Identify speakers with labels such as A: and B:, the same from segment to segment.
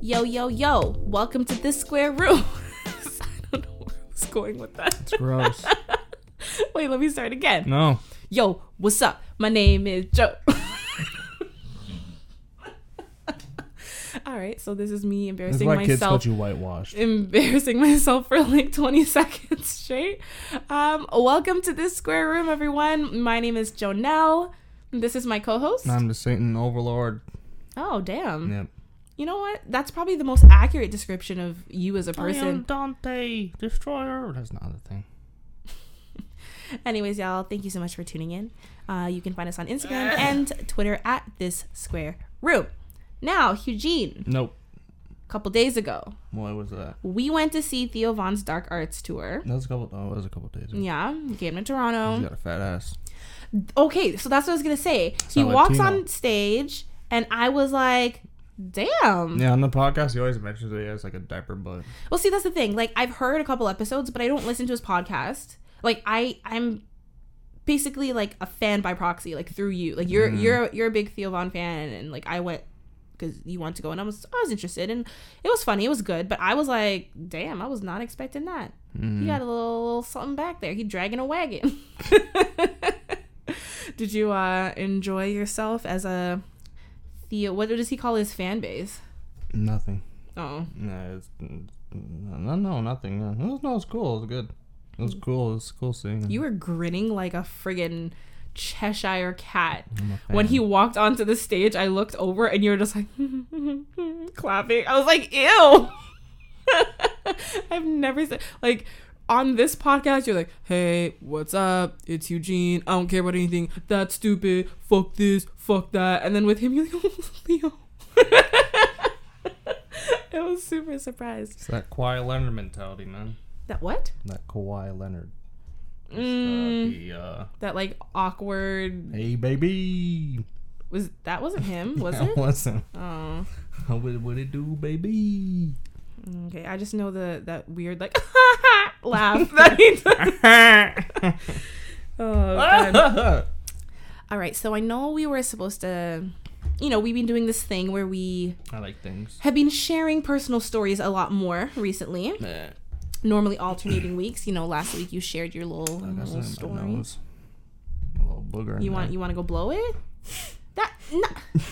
A: yo, yo, yo, welcome to this square room. I don't know where I was going with that.
B: Gross.
A: Wait, let me start again.
B: No.
A: Yo, what's up? My name is Joe. All right, so this is me
B: That's
A: embarrassing
B: why kids
A: myself
B: called you whitewashed.
A: embarrassing myself for like 20 seconds straight. Um, welcome to this square room, everyone. My name is Jonelle. This is my co-host.
B: I'm the Satan overlord.
A: oh, damn.
B: Yep.
A: You know what? That's probably the most accurate description of you as a
B: Oh,
A: person.
B: Dante, destroyer. That's not the thing.
A: Anyways, y'all, thank you so much for tuning in. Uh, you can find us on Instagram and Twitter at this square room. Now, Eugene,
B: Nope.
A: a couple days ago,
B: What was that?
A: we went to see Theo Vaughn's Dark Arts tour.
B: That was a couple. Oh, that was a couple days ago.
A: Yeah, he came to Toronto.
B: He's got a fat ass.
A: okay, so that's what I was gonna say. He
B: Not
A: walks
B: Latino.
A: on stage, and I was like, "Damn."
B: Yeah, on the podcast, he always mentions that he has like a diaper butt.
A: Well, see, that's the thing. Like, I've heard a couple episodes, but I don't listen to his podcast. Like, I I'm basically like a fan by proxy, like through you. Like, you're you're you're a big Theo Von fan, and like I went because you want to go, and I was I was interested, and it was funny, it was good, but I was like, "Damn, I was not expecting that." He got a little, little something back there. He dragging a wagon. Did you uh, enjoy yourself as a Theo? What does he call his fan base?
B: Nothing.
A: Oh,
B: No, it's, mm, no, no, nothing. No, it was, no, it's cool. It was good. It was cool. It was cool seeing him.
A: you were grinning like a friggin' Cheshire cat.
B: I'm a
A: When
B: fan.
A: he walked onto the stage, I looked over and you were just like clapping. I was like, ew. I've never said like on this podcast, you're like, hey, what's up? It's Eugene. I don't care about anything. That's stupid. Fuck this. Fuck that. And then with him, you're like, oh, Leo. I was super surprised.
B: It's that Kawhi Leonard mentality, man.
A: That what?
B: That Kawhi Leonard. It's,
A: Mm.
B: Uh, the, uh,
A: That like awkward
B: hey, baby.
A: was that wasn't him, was
B: Yeah,
A: it?
B: Listen,
A: Oh.
B: what, what it do, baby?
A: Okay, I just know the that weird like laugh that he does. Oh,
B: Ah.
A: God. All right, so I know we were supposed to, you know, we've been doing this thing where we
B: I like things.
A: have been sharing personal stories a lot more recently.
B: Nah,
A: Normally alternating weeks. You know, last week you shared your little,
B: I got
A: little
B: something in my
A: story.
B: nose. A little booger. in
A: You want
B: there.
A: you want to go blow it? That no.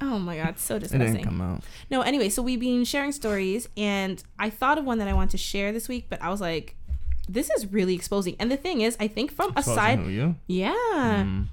A: Oh my god, so
B: It
A: disgusting.
B: didn't come out.
A: No, anyway, so we've been sharing stories, and I thought of one that I want to share this week, but I was like, this is really exposing. And the thing is, I think from
B: Supposed to
A: aside,
B: know you?
A: yeah,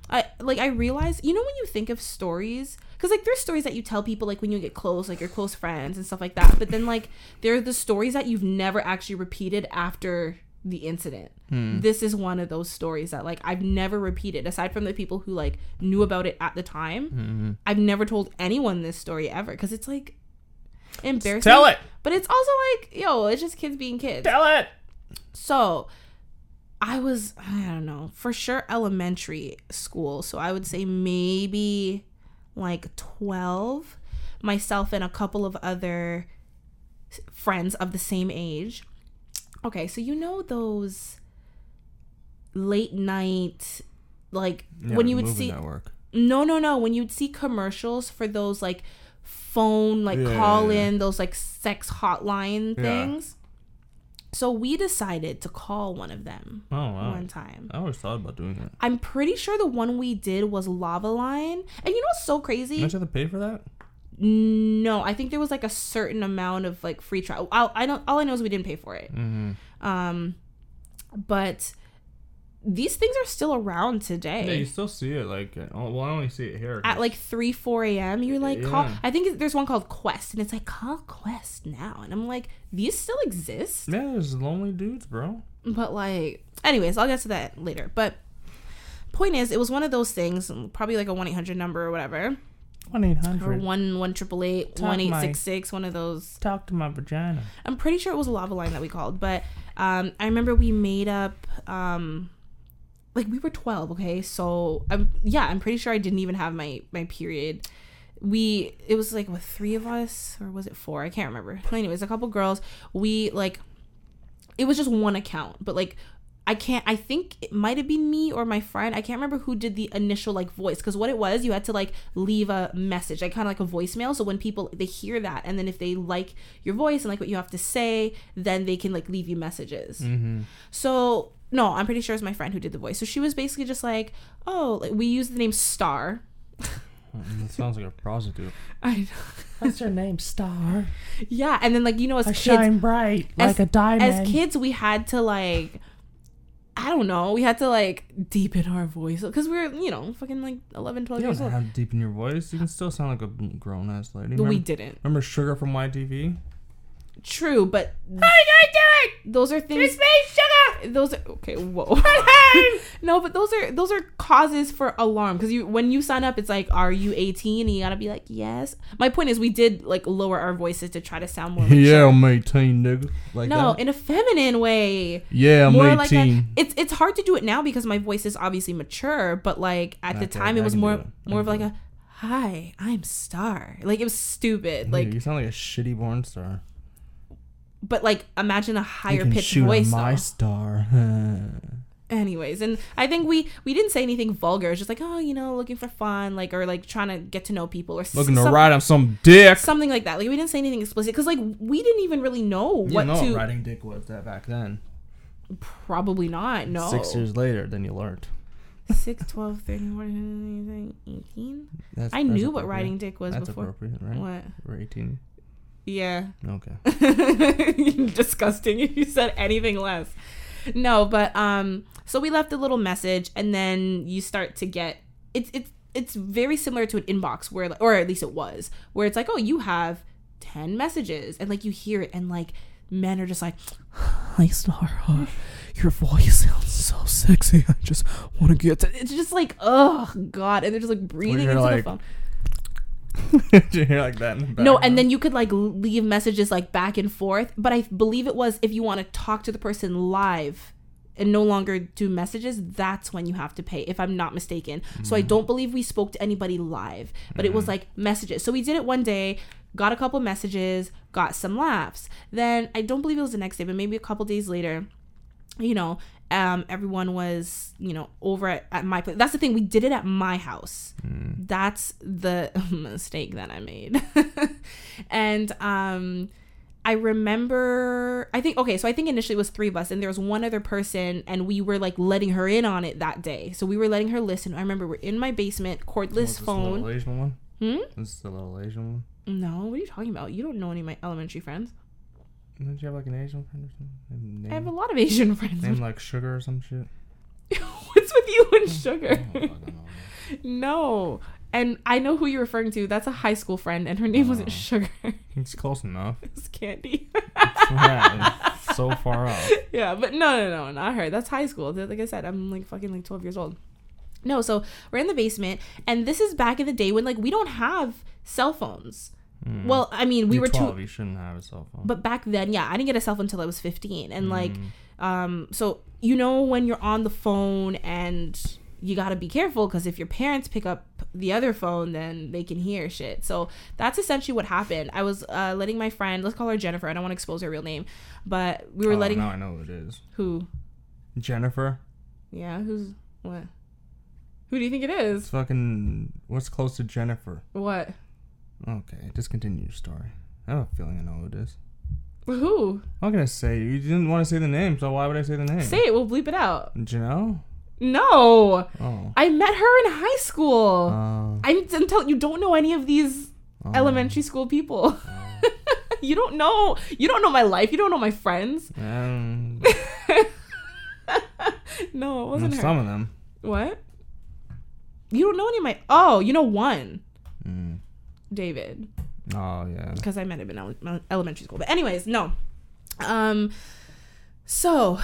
A: I like I realized, you know, when you think of stories, because like there's stories that you tell people like when you get close, like your close friends and stuff like that, but then like there are the stories that you've never actually repeated after the incident. This is one of those stories that like I've never repeated aside from the people who like knew about it at the time. I've never told anyone this story ever because it's like embarrassing.
B: Tell it.
A: But it's also like, yo, it's just kids being kids.
B: Tell it.
A: So I was, I don't know, for sure elementary school. So I would say maybe like 12. Myself and a couple of other s- friends of the same age. Okay, so you know those late night, like when you would
B: movie
A: see.
B: Network.
A: No, no, no. When you'd see commercials for those like phone, like
B: Yeah, yeah,
A: call
B: yeah.
A: in, those like sex hotline
B: Yeah.
A: things. So we decided to call one of them
B: Oh wow.
A: one time.
B: I always thought about doing that.
A: I'm pretty sure the one we did was Lava Line. And you know what's so
B: Did I
A: crazy?
B: have to pay for that?
A: No, I think there was like a certain amount of like free trial. I'll, I don't. All I know is we didn't pay for it.
B: Mm-hmm.
A: Um, but these things are still around today.
B: Yeah, you still see it. Like, uh, oh, well, I only see it here.
A: at like 3 4 a.m you're like call
B: Yeah.
A: i think it- there's one called quest and it's like call quest now and i'm like these still exist
B: yeah, there's lonely dudes, bro.
A: but like anyways i'll get to that later but point is it was one of those things probably like a 1-800 number or whatever
B: One eight
A: or
B: hundred.
A: 1 one triple eight
B: Talk
A: one eight six six one of those
B: Talk to my vagina.
A: i'm pretty sure it was lava line that we called but um i remember we made up um like we were 12 okay so i'm yeah i'm pretty sure i didn't even have my my period we it was like with three of us or was it four i can't remember anyways a couple girls we like it was just one account but like I can't. I think it might have been me or my friend. I can't remember who did the initial like voice because what it was, you had to like leave a message, like kind of like a voicemail. So when people they hear that, and then if they like your voice and like what you have to say, then they can like leave you
B: Mm.
A: messages. So no, I'm pretty sure it's my friend who did the voice. So she was basically just like, oh, like, we use the name Star.
B: That sounds like a prostitute.
A: I know.
C: What's her name? Star.
A: Yeah, and then like you know as
C: I
A: kids,
C: shine bright like
A: as-
C: a diamond.
A: as kids we had to like i don't know we had to like deepen our voice because we were you know fucking like 11 12
B: You don't
A: years old
B: have deep in your voice. You can still sound like a grown ass lady.
A: but
B: Remember,
A: we didn't
B: remember Sugar from YTV?
A: true but those are things those are okay whoa no but those are those are causes for alarm because you when you sign up it's like are you 18 and you gotta be like yes my point is we did like lower our voices to try to sound more mature.
B: Yeah, I'm 18, nigga. Like
A: no
B: that.
A: in a feminine way
B: Yeah, I'm
A: more
B: 18.
A: like a, it's it's hard to do it now because my voice is obviously mature, but like at the
B: Okay,
A: time it
B: I
A: was
B: can do
A: more
B: it. I
A: more of
B: can
A: like
B: do
A: a hi, I'm star. Like it was stupid. Like
B: yeah, you sound like a shitty born star.
A: but like imagine a
B: You
A: higher
B: can
A: pitched
B: shoot
A: voice.
B: on my
A: though.
B: star.
A: Anyways, and I think we we didn't say anything vulgar. It's just like, oh, you know, looking for fun, like or like trying to get to know people or s-
B: Looking to
A: some-
B: ride on some dick.
A: something like that. Like we didn't say anything explicit cuz like we didn't even really know what
B: you know
A: to
B: what riding dick was that back then.
A: probably not. No.
B: Six years later, then you learned.
A: 6 12 13 14 18.
B: That's,
A: I
B: that's
A: knew what
B: appropriate.
A: riding dick was
B: That's
A: before.
B: appropriate, right?
A: What?
B: We're 18.
A: Yeah.
B: Okay.
A: disgusting if you said anything less no but um so we left a little message and then you start to get it's it's it's very similar to an inbox where like- or at least it was where it's like oh you have 10 messages and like you hear it and like men are just like
C: Hi, Star. Uh, your voice sounds so sexy. I just want to get to.
A: it's just like oh god and they're just like breathing
B: you're
A: into the
B: like,
A: phone
B: Did you hear like that? In the
A: no and then you could like leave messages like back and forth but i believe it was if you want to talk to the person live and no longer do messages that's when you have to pay if i'm not mistaken so i don't believe we spoke to anybody live but it was like messages so we did it one day got a couple messages got some laughs then i don't believe it was the next day but maybe a couple days later you know um everyone was you know over at, at my place that's the thing we did it at my house that's the mistake that i made and um i remember i think okay so i think initially it was three of us and there was one other person and we were like letting her in on it that day so we were letting her listen i remember we're in my basement cordless phone
B: This little Asian one?
A: Hmm?
B: This is the little Asian one?
A: no what are you talking about you don't know any of my elementary friends
B: Don't you have like an Asian friend or something? Name,
A: i have a lot of asian friends
B: name like Sugar or some shit?
A: what's with you and sugar
B: I don't know.
A: No. And I know who you're referring to. That's a high school friend, and her name wasn't
B: Oh.
A: Sugar. it
B: It's close enough.
A: was Candy.
B: yeah, it's so far off.
A: yeah, but no, no, no, not her. That's high school. Th- Like I said, I'm like fucking like 12 years old. No, so we're in the basement, and this is back in the day when like we don't have cell phones.
B: Mm.
A: Well, I mean, we
B: You're
A: were
B: 12,
A: too.
B: You shouldn't have a cell phone.
A: But back then, yeah, I didn't get a cell phone until I was 15, and like,
B: Mm.
A: um, so you know when you're on the phone and you gotta be careful because if your parents pick up the other phone, then they can hear shit. So that's essentially what happened. I was uh, letting my friend, let's call her Jennifer. I don't want to expose her real name, but we were
B: oh,
A: letting
B: Now I know who it is.
A: who,
B: Jennifer.
A: yeah, who's what? Who do you think it
B: It's
A: is?
B: fucking. What's close to Jennifer?
A: What?
B: Okay, just continue your story. I have a feeling I know who it is.
A: Who?
B: I'm not gonna say you didn't want to say the name, so why would I say the name?
A: Say it. We'll bleep it out.
B: Janelle.
A: No,
B: Oh.
A: I met her in high school.
B: Uh,
A: I'm, I'm telling you, don't know any of these
B: oh.
A: elementary school people. you don't know. You don't know my life. You don't know my friends.
B: Um,
A: No, it wasn't her.
B: mm, some of them.
A: What? You don't know any of my. Oh, you know one,
B: Mm.
A: David,
B: Oh yeah.
A: because I met him in ele- elementary school. But anyways, no. Um, so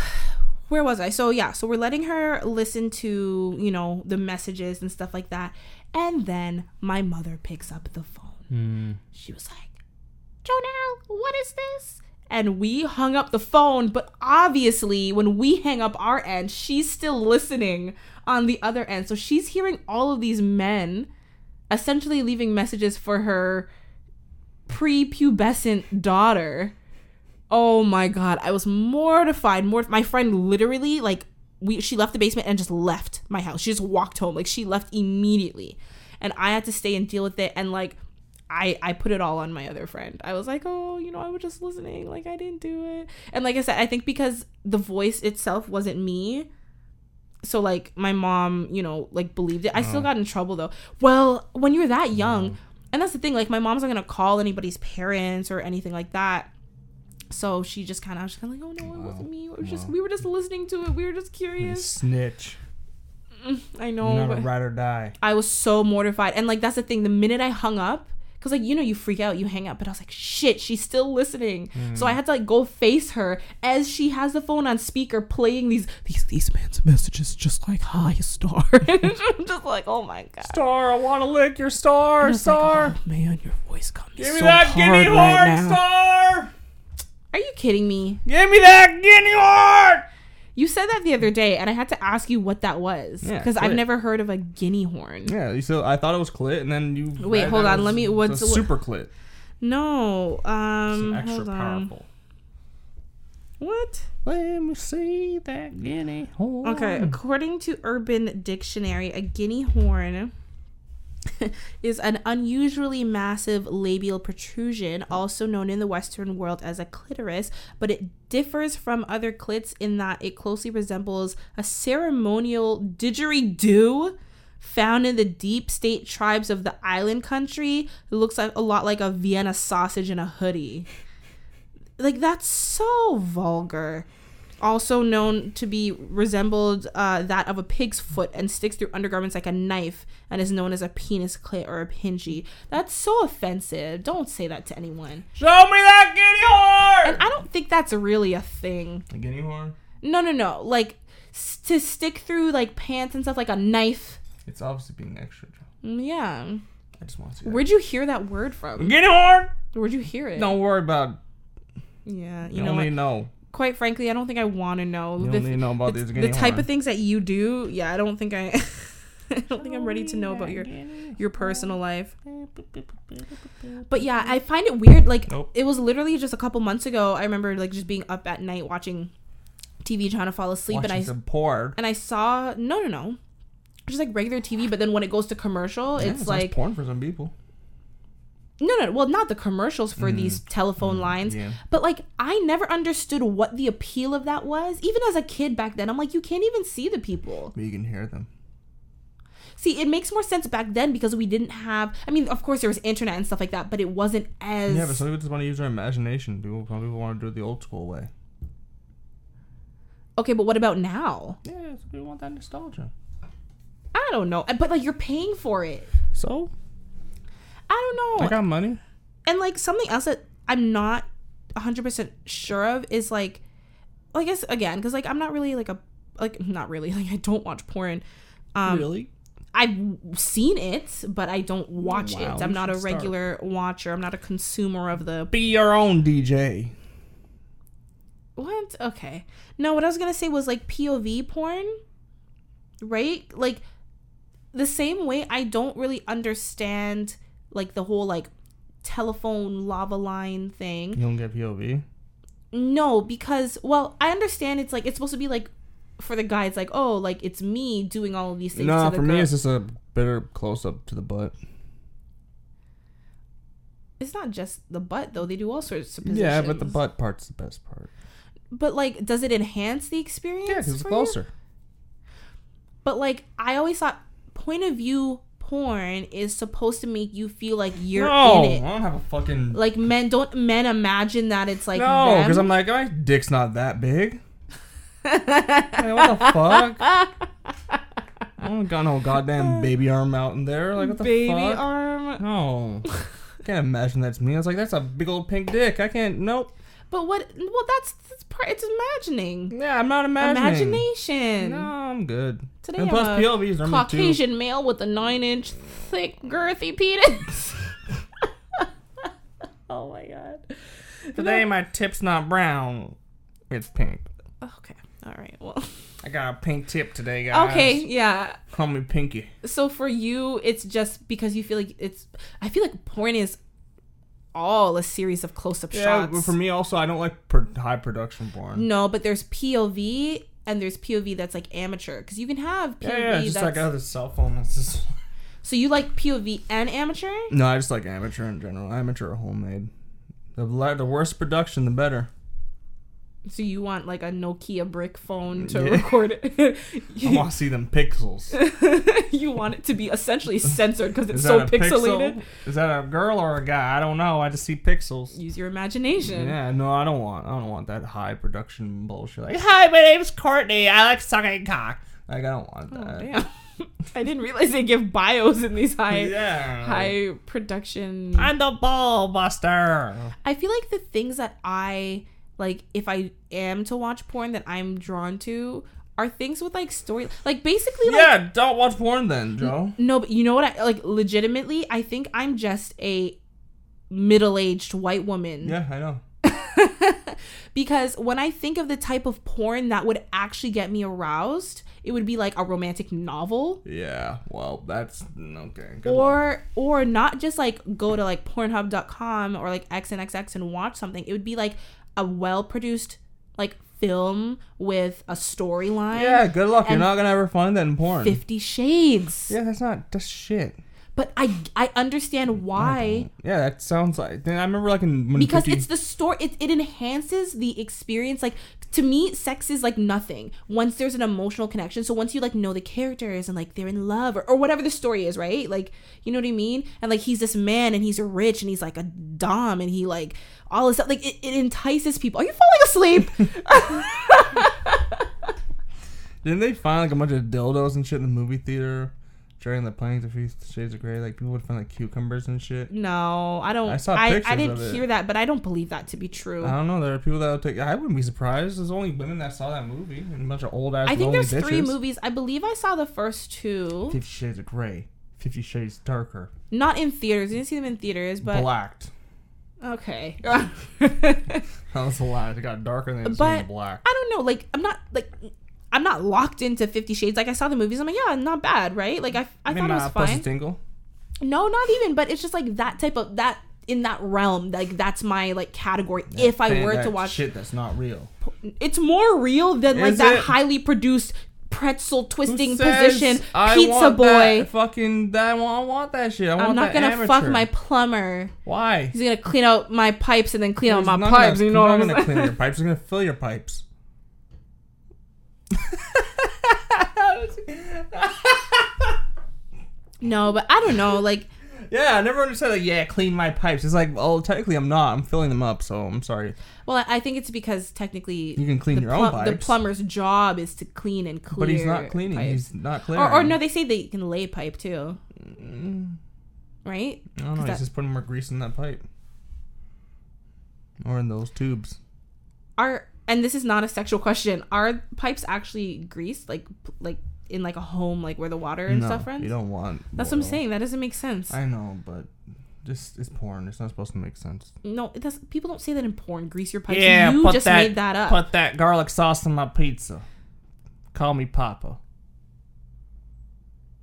A: where was I? So yeah, so we're letting her listen to you know the messages and stuff like that, and then my mother picks up the phone.
B: Mm.
A: she was like, Jonelle, what is this? And we hung up the phone, but obviously, when we hang up our end, she's still listening on the other end. So she's hearing all of these men essentially leaving messages for her prepubescent daughter. Oh my god, I was mortified. Mort- my friend literally like we she left the basement and just left my house. She just walked home. Like she left immediately. And I had to stay and deal with it and like I I put it all on my other friend. I was like, "Oh, you know, I was just listening. Like I didn't do it." And like I said, I think because the voice itself wasn't me, so like my mom, you know, like believed it. I still
B: Uh-huh.
A: got in trouble though. Well, when you're that young, and that's the thing, like my mom's not gonna call anybody's parents or anything like that. So she just kind of was kind of like, oh no, it wasn't me. It was just we were just listening to it. We were just curious.
B: Snitch.
A: I
B: You're
A: know.
B: not a
A: but-
B: ride or die.
A: I was so mortified. And like that's the thing, the minute I hung up, because like you know you freak out, you hang up, but I was like, shit, she's still listening. So
C: Mm.
A: I had to like go face her as she has the phone on speaker playing these
C: These these man's messages just like hi star.
A: I'm just like, oh my god.
B: Star, I want to lick your star, star.
C: oh man, your voice got me
B: Give
C: so
B: me that
C: hard
B: guinea
C: right
B: horn,
C: now.
B: star.
A: Are you kidding me?
B: Give me that guinea horn.
A: You said that the other day and I had to ask you what that was.
B: Yeah,
A: Because I've
B: clit.
A: never heard of a guinea horn.
B: Yeah, you so I thought it was clit, and then you.
A: Wait,
B: read
A: hold
B: that
A: on,
B: it
A: let me-
B: it's
A: what's
B: a
A: the-
B: super clit?
A: No.
B: It's
A: Um
B: an extra
A: hold on.
B: powerful.
A: What?
B: Let me see that guinea horn.
A: Okay, according to Urban Dictionary, a guinea horn is an unusually massive labial protrusion, also known in the Western world as a clitoris, but it differs from other clits in that it closely resembles a ceremonial didgeridoo found in the deep state tribes of the island country. It looks like a lot like a Vienna sausage in a hoodie. Like that's so vulgar also known to be resembled uh, that of a pig's foot and sticks through undergarments like a knife and is known as a penis clit or a pingy. That's so offensive. Don't say that to anyone.
B: Show me that guinea horn.
A: And I don't think that's really a thing.
B: A guinea horn.
A: No, no, no. Like s- to stick through like pants and stuff like a knife.
B: It's obviously being extra. Joe.
A: Mm, Yeah.
B: I just want to see that.
A: Where'd you hear that word from?
B: guinea horn.
A: Where'd you hear it?
B: Don't worry about. It.
A: Yeah. You
B: You
A: know,
B: only
A: what?
B: know.
A: quite frankly, I don't think I want to know.
B: You
A: the
B: only know about
A: the,
B: these
A: the
B: guinea
A: type
B: horn.
A: of things that you do yeah i don't think i i don't think i'm ready to know about your your personal life but yeah i find it weird like
B: Nope.
A: it was literally just a couple months ago i remember like just being up at night watching tv trying to fall asleep
B: Watching
A: and i
B: some porn.
A: and i saw no no no just like regular tv but then when it goes to commercial
B: Yeah,
A: it's
B: nice
A: like
B: porn for some people.
A: no no well not the commercials for these telephone lines
B: Mm. yeah.
A: but like i never understood what the appeal of that was even as a kid back then i'm like you can't even see the people
B: But you can hear them.
A: See, it makes more sense back then because we didn't have. I mean, of course, there was internet and stuff like that, but it wasn't as.
B: Yeah, but some people just want to use their imagination. People, some people want to do it the old school way.
A: okay, but what about now?
B: Yeah, some people want that nostalgia.
A: I don't know. Uh, But like, you're paying for it.
B: So
A: I don't know.
B: I got money.
A: and like something else that I'm not 100% sure of is like well, I guess again cuz like I'm not really like a like not really like I don't watch porn. Um
B: really?
A: I've seen it, but I don't watch
B: Wow,
A: it.
B: you
A: I'm not a
B: should start.
A: regular watcher. I'm not a consumer of the
B: Be your own DJ.
A: What? Okay. No, what I was gonna say was like POV porn, right? Like the same way I don't really understand like the whole like telephone lava line thing.
B: You don't get POV.
A: No, because well, I understand it's like it's supposed to be like for the guy, it's like oh, like it's me doing all of these things.
B: No,
A: to the
B: for me
A: girl.
B: it's just a better close up to the butt.
A: it's not just the butt though. They do all sorts of positions.
B: Yeah, but the butt part's the best part.
A: But like, does it enhance the experience?
B: Yeah, because it's
A: for you?
B: closer.
A: But like I always thought point of view porn is supposed to make you feel like you're in it.
B: don't have a fucking.
A: Like men don't men imagine that it's like
B: no, because I'm
A: them.
B: like my dick's not that big. Like, what the fuck? I don't got no goddamn baby arm out in there. Like what the
A: baby
B: fuck?
A: arm.
B: No. Oh. Can't imagine that's me. I was like, that's a big old pink dick. I can't. Nope.
A: But what well that's that's part it's imagining.
B: Yeah, I'm not imagining.
A: Imagination.
B: No, I'm good.
A: Today I'm
B: and plus
A: a
B: PLVs are Caucasian.
A: Caucasian male with a nine inch thick girthy penis. oh my god.
B: Today my tip's not brown. It's pink.
A: Okay. All right. Well.
B: I got a pink tip today, guys.
A: Okay. Yeah.
B: Call me Pinky.
A: so for you it's just because you feel like it's i feel like porn is all a series of close-up
B: Yeah,
A: shots.
B: but for me also, I don't like pro- high production porn.
A: No, but there's POV and there's POV that's like amateur because you can have POV
B: Yeah, yeah, just
A: that's
B: like I have a cell phone. That's just
A: so you like POV and amateur.
B: no, I just like amateur in general. Amateur or homemade. The le- the worse production, the better.
A: So you want like a Nokia brick phone to
B: Yeah.
A: record it.
B: I
A: you,
B: want to see them pixels.
A: you want it to be essentially censored because it's
B: Is
A: so
B: that a
A: pixelated.
B: pixel? Is that a girl or a guy? I don't know. I just see pixels.
A: Use your imagination.
B: Yeah, no, I don't want. I don't want that high production bullshit. Like, hi, my name's Courtney. I like sucking cock. Like, I don't want
A: Oh,
B: that.
A: damn. I didn't realize they give bios in these high
B: yeah.
A: high production.
B: I'm the ball buster.
A: I feel like the things that I like if I am to watch porn that I'm drawn to are things with like story like basically like
B: Yeah, don't watch porn then, Joe.
A: no but you know what I like legitimately I think I'm just a middle-aged white woman
B: Yeah, I know.
A: because when I think of the type of porn that would actually get me aroused it would be like a romantic novel
B: Yeah, well, that's okay. Good luck.
A: or or not just like go to like pornhub.com or like xnxx and watch something it would be like a well produced like film with a storyline
B: yeah, good luck. You're
A: and-
B: not gonna ever find that in porn.
A: 50 shades
B: Yeah, that's not that's shit.
A: but i i understand why
B: Yeah, that sounds like. Then I remember like in when
A: because
B: 50
A: it's the story it, it enhances the experience like to me sex is like nothing once there's an emotional connection so once you like know the characters and like they're in love or, or whatever the story is right like you know what i mean and like he's this man and he's rich and he's like a dom and he like all this stuff like it, it entices people are you falling asleep
B: didn't they find like a bunch of dildos and shit in the movie theater during the playing of Fifty Shades of Grey? Like people would find like cucumbers and shit.
A: no i don't i
B: I saw
A: I,
B: pictures
A: didn't
B: of it. Uh,
A: hear that but i don't believe that to be true
B: I don't know. There are people that would take. I wouldn't be surprised. There's only women that saw that movie and a bunch of old ass.
A: i think
B: lonely
A: there's three
B: bitches.
A: movies i believe i saw the first two
B: Fifty Shades of Grey, Fifty Shades Darker,
A: not in theaters you didn't see them in theaters but
B: Blacked.
A: okay
B: That was a lie. It got darker than it was
A: But-
B: even black.
A: I don't know. Like I'm not like I'm not locked into Fifty Shades. Like I saw the movies. I'm like, yeah, not bad, right? Like I, I thought it was
B: Pussy
A: fine.
B: Tingle.
A: No, not even. But it's just like that type of that in that realm. Like that's my like category. if I
B: Fan-
A: were
B: that
A: to watch,
B: shit that's not real.
A: it's more real than like
B: Is
A: that
B: it?
A: highly produced pretzel
B: Who
A: twisting
B: says
A: position
B: I
A: pizza
B: want that
A: boy.
B: fucking that I want, I want that shit. I want
A: I'm not
B: that
A: gonna
B: amateur.
A: fuck my plumber.
B: Why?
A: He's gonna clean out my pipes and then clean out
B: He's
A: my
B: not
A: pipes.
B: Gonna,
A: you know
B: he's
A: what
B: not
A: I'm
B: gonna
A: saying?
B: clean your pipes. He's gonna fill your pipes.
A: No, but I don't know. Like
B: Yeah, I never understood. Like, yeah, clean my pipes. It's like, well, technically, I'm not. I'm filling them up, so I'm sorry.
A: Well, I I think it's because technically
B: You can clean
A: the
B: your own
A: plum- The
B: pipes.
A: plumber's job is to clean and clear.
B: But he's not cleaning.
A: pipes.
B: He's not clearing. Mm,
A: or, or no, they say that you can lay pipe too, right?
B: I don't know.
A: 'Cause
B: He's
A: that-
B: just putting more grease in that pipe, or in those tubes.
A: Are and this is not a sexual question. Are pipes actually greased, like p- like in like a home, like where the water and stuff runs?
B: You don't want.
A: That's what I'm
B: oil.
A: saying. That doesn't make sense.
B: I know, but just it's porn. It's not supposed to make sense.
A: no, it does people don't say that in porn. Grease your pipes. you just made that up.
B: Put that garlic sauce on my pizza. Call me Papa.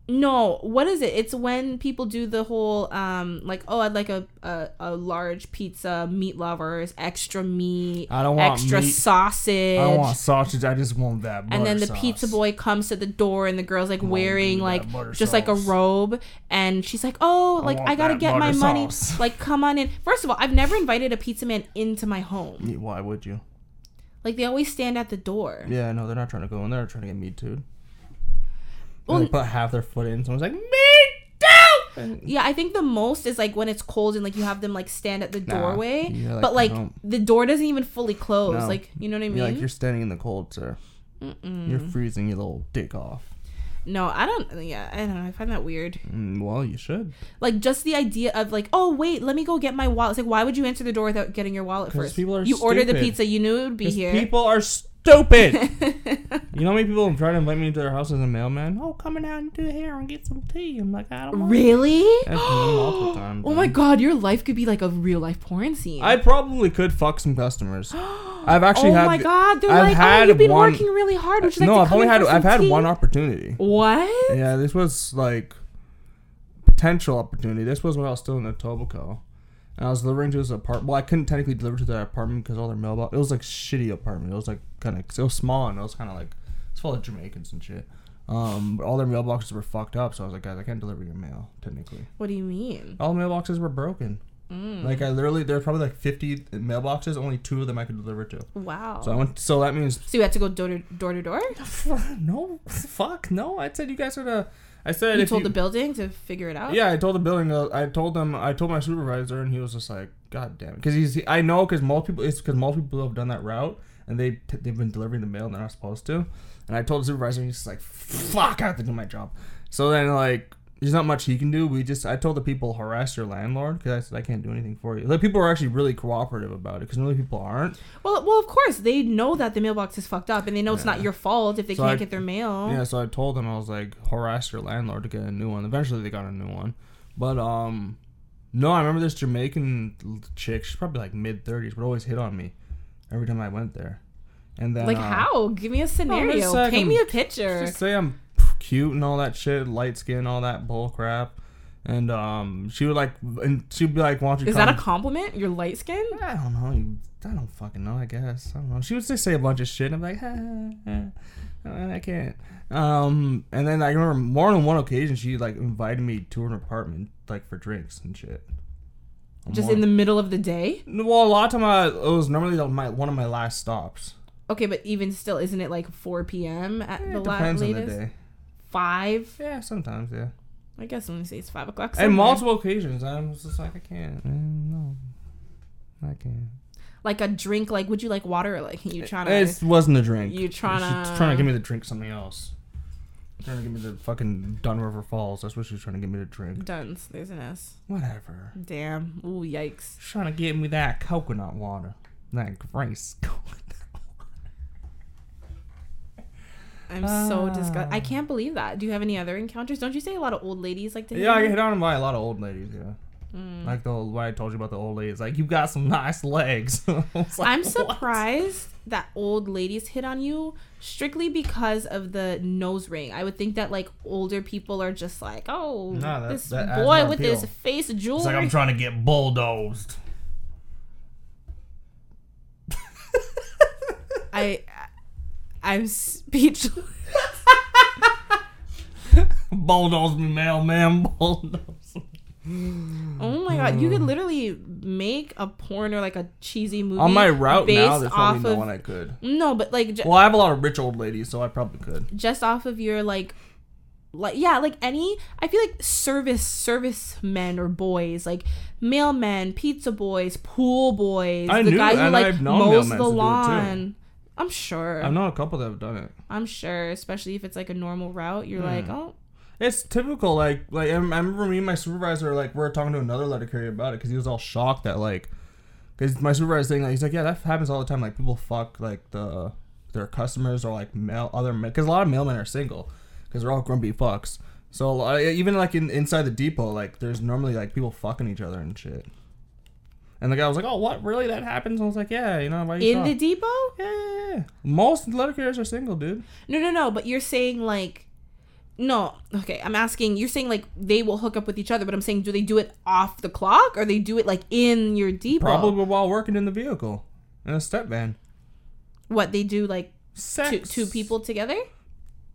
A: No, what is it? It's when people do the whole um like oh I'd like a a, a large pizza, meat lovers, extra meat,
B: I don't want
A: extra
B: meat.
A: sausage.
B: I don't want sausage. I just want that. Butter
A: and then the
B: sauce.
A: pizza boy comes to the door and the girl's like wearing
B: that
A: like
B: butter
A: just like a
B: sauce.
A: robe and she's like, "Oh, like I,
B: want
A: got to
B: that
A: get my
B: butter
A: money.
B: sauce."
A: Like come on in." First of all, I've never invited a pizza man into my home.
B: Yeah, Why would you?
A: Like they always stand at the door.
B: Yeah, no, they're not trying to go in. They're trying to get me too.
A: Well-
B: Well, they put half their foot in. Someone's like, me too. And-
A: Yeah, I think the most is like when it's cold and like you have them like stand at the
B: Nah,
A: doorway,
B: you're, like,
A: but like
B: home.
A: the door doesn't even fully close.
B: No.
A: Like you know what I mean?
B: You're like, you're standing in the cold, sir. You're freezing your little dick off.
A: No, I don't. Yeah, I don't know. I find that weird.
B: Mm, well, you should.
A: Like just the idea of like, oh wait, let me go get my wallet. It's like, why would you answer the door without getting your wallet
B: 'Cause
A: first?
B: people are
A: you ordered the
B: stupid.
A: pizza. You knew it would be
B: 'Cause
A: here.
B: People are stupid. you know how many people try to invite me to their house as a mailman? Oh, come down and do hair and get some tea. I'm like, I don't want
A: really?
B: That's me multiple times.
A: Oh my god, your life could be like a real life porn scene.
B: I probably could fuck some customers. I've actually
A: oh
B: had.
A: my god, they're
B: I've
A: like, oh,
B: had
A: you've been
B: one-
A: working really hard. Would you like
B: no,
A: to
B: I've
A: come
B: only
A: in
B: had.
A: for some
B: I've had
A: tea?
B: one opportunity.
A: What?
B: Yeah, this was like potential opportunity. This was when I was still in Etobicoke. And I was delivering to his apartment. Well, I couldn't technically deliver to that apartment because all their mailbox. It was like shitty apartment. It was like kind of. It was small and it was kind of like it's full of Jamaicans and shit. Um, but all their mailboxes were fucked up. So I was like, guys, I can't deliver your mail technically.
A: What do you mean?
B: All the mailboxes were broken. Like I literally, there were probably like fifty mailboxes. Only two of them I could deliver to.
A: Wow.
B: So I
A: So,
B: went. So that means
A: you had to go door to door. To door?
B: no, fuck no. I said you guys are the. I said
A: You
B: if
A: told the building to figure it out?
B: Yeah, I told the building. Uh, I told them. I told my supervisor, and he was just like, "God damn it," because he's. I know because most people. It's because most people have done that route, and they t- they've been delivering the mail, and they're not supposed to. And I told the supervisor, and he's just like, "Fuck, I have to do my job." So then, like, there's not much he can do. We just. I told the people harass your landlord because I said I can't do anything for you. Like people are actually really cooperative about it because normally people aren't.
A: Well, well, of course they know that the mailbox is fucked up, and they know it's not your fault if they
B: So
A: can't
B: I-
A: get their mail.
B: Yeah, so I told them I was like harass your landlord to get a new one. Eventually, they got a new one, but um, no, I remember this Jamaican l- chick. She's probably like mid thirties, would always hit on me every time I went there. And then
A: Like
B: uh,
A: how? Give me a scenario.
B: second.
A: Paint me a picture.
B: Just say I'm cute and all that shit, light skin, all that bull crap. And um, she would like, and she'd be like, "Why don't you?"
A: Is
B: come
A: that a compliment? Your light skin?
B: I don't know. You, I don't fucking know. I guess I don't know. She would just say a bunch of shit. And I'm like, "Ah, ah, ah, I can't. Um, and then I remember more than one occasion she like invited me to her apartment like for drinks and shit.
A: Just in the middle of the day?
B: the well, a lot of time I, it was normally like, my one of my last stops.
A: Okay, but even still, isn't it like 4 p.m. at
B: It
A: the la-
B: depends on the
A: latest?
B: day.
A: Five?
B: Yeah, sometimes yeah.
A: I guess when you say it's five o'clock.
B: And
A: somewhere.
B: multiple occasions I was just like, I can't. Man, no, I can't.
A: like a drink. Like, would you like water? Or like, you trying to?
B: It wasn't a drink.
A: You tryna-
B: She's trying to give me the drink something else. Trying to give me the fucking Dun River Falls. That's what she's trying to give me to drink.
A: Duns. There's an S.
B: Whatever.
A: Damn. Ooh, yikes.
B: She's trying to give me that coconut water. That grace coconut.
A: I'm so disgusted. I can't believe that. Do you have any other encounters? Don't you say a lot of old ladies like to?
B: Yeah, I
A: hear
B: get
A: that?
B: hit on by a lot of old ladies. Yeah.
A: Mm.
B: Like the old, what I told you about the old ladies. Like you got some nice legs. I was like,
A: I'm
B: "What?"
A: surprised that old ladies hit on you strictly because of the nose ring. I would think that like older people are just like, oh,
B: Nah, that-
A: this
B: that adds
A: boy
B: more
A: with his
B: appeal.
A: face
B: It's like
A: jewelry.
B: I'm trying to get bulldozed.
A: I, I, am speechless.
B: Bulldoze me, mailman. Bulldoze. me.
A: Oh my god, you could
B: Hmm.
A: literally make a porn or like a cheesy movie
B: On my route now,
A: based
B: there's
A: off
B: probably no
A: of-
B: one I could.
A: No, but like ju-
B: Well, I have a lot of rich old ladies, so I probably could.
A: just off of your like like yeah like any i feel like service service men or boys like mailmen pizza boys pool boys
B: I
A: the
B: knew-
A: guy who
B: and
A: like
B: I've known
A: mows
B: mailmen
A: the
B: to do it too.
A: lawn i'm sure
B: I've
A: I'm,
B: known a couple that have done it.
A: sure especially if it's like a normal route you're
B: Hmm.
A: like oh
B: It's typical. Like, like I remember me and my supervisor, like, we were talking to another letter carrier about it because he was all shocked that, like, because my supervisor's saying, like, he's like, yeah, that happens all the time. Like, people fuck, like, the their customers or, like, mail, other men. Because a lot of mailmen are single because they're all grumpy fucks. So, uh, even, like, in, inside the depot, like, there's normally, like, people fucking each other and shit. And the guy was like, oh, what? Really? That happens? I was like, yeah, you know, why you
A: in the
B: shocked?"
A: depot
B: yeah, yeah, yeah. Most letter carriers are single, dude.
A: no no no but you're saying like no okay i'm asking you're saying like they will hook up with each other but i'm saying do they do it off the clock or they do it like in your depot
B: Probably while working in the vehicle in a step van.
A: what they do like two,
B: Sex.
A: two people together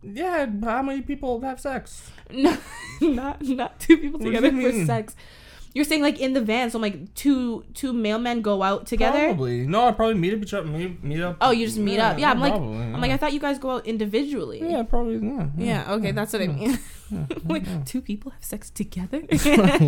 B: Yeah, how many people have sex?
A: No, not not two people
B: do
A: together
B: you
A: for
B: mean?
A: sex. You're saying like in the van, so I'm like two two mailmen go out together.
B: Probably. No, I probably meet up each up meet, meet up.
A: Oh, you just meet up. Yeah, I'm like
B: probably,
A: I'm like I thought you guys go out individually.
B: yeah, probably. Yeah.
A: Yeah, okay, that's what I mean. like two people have sex together?
B: what?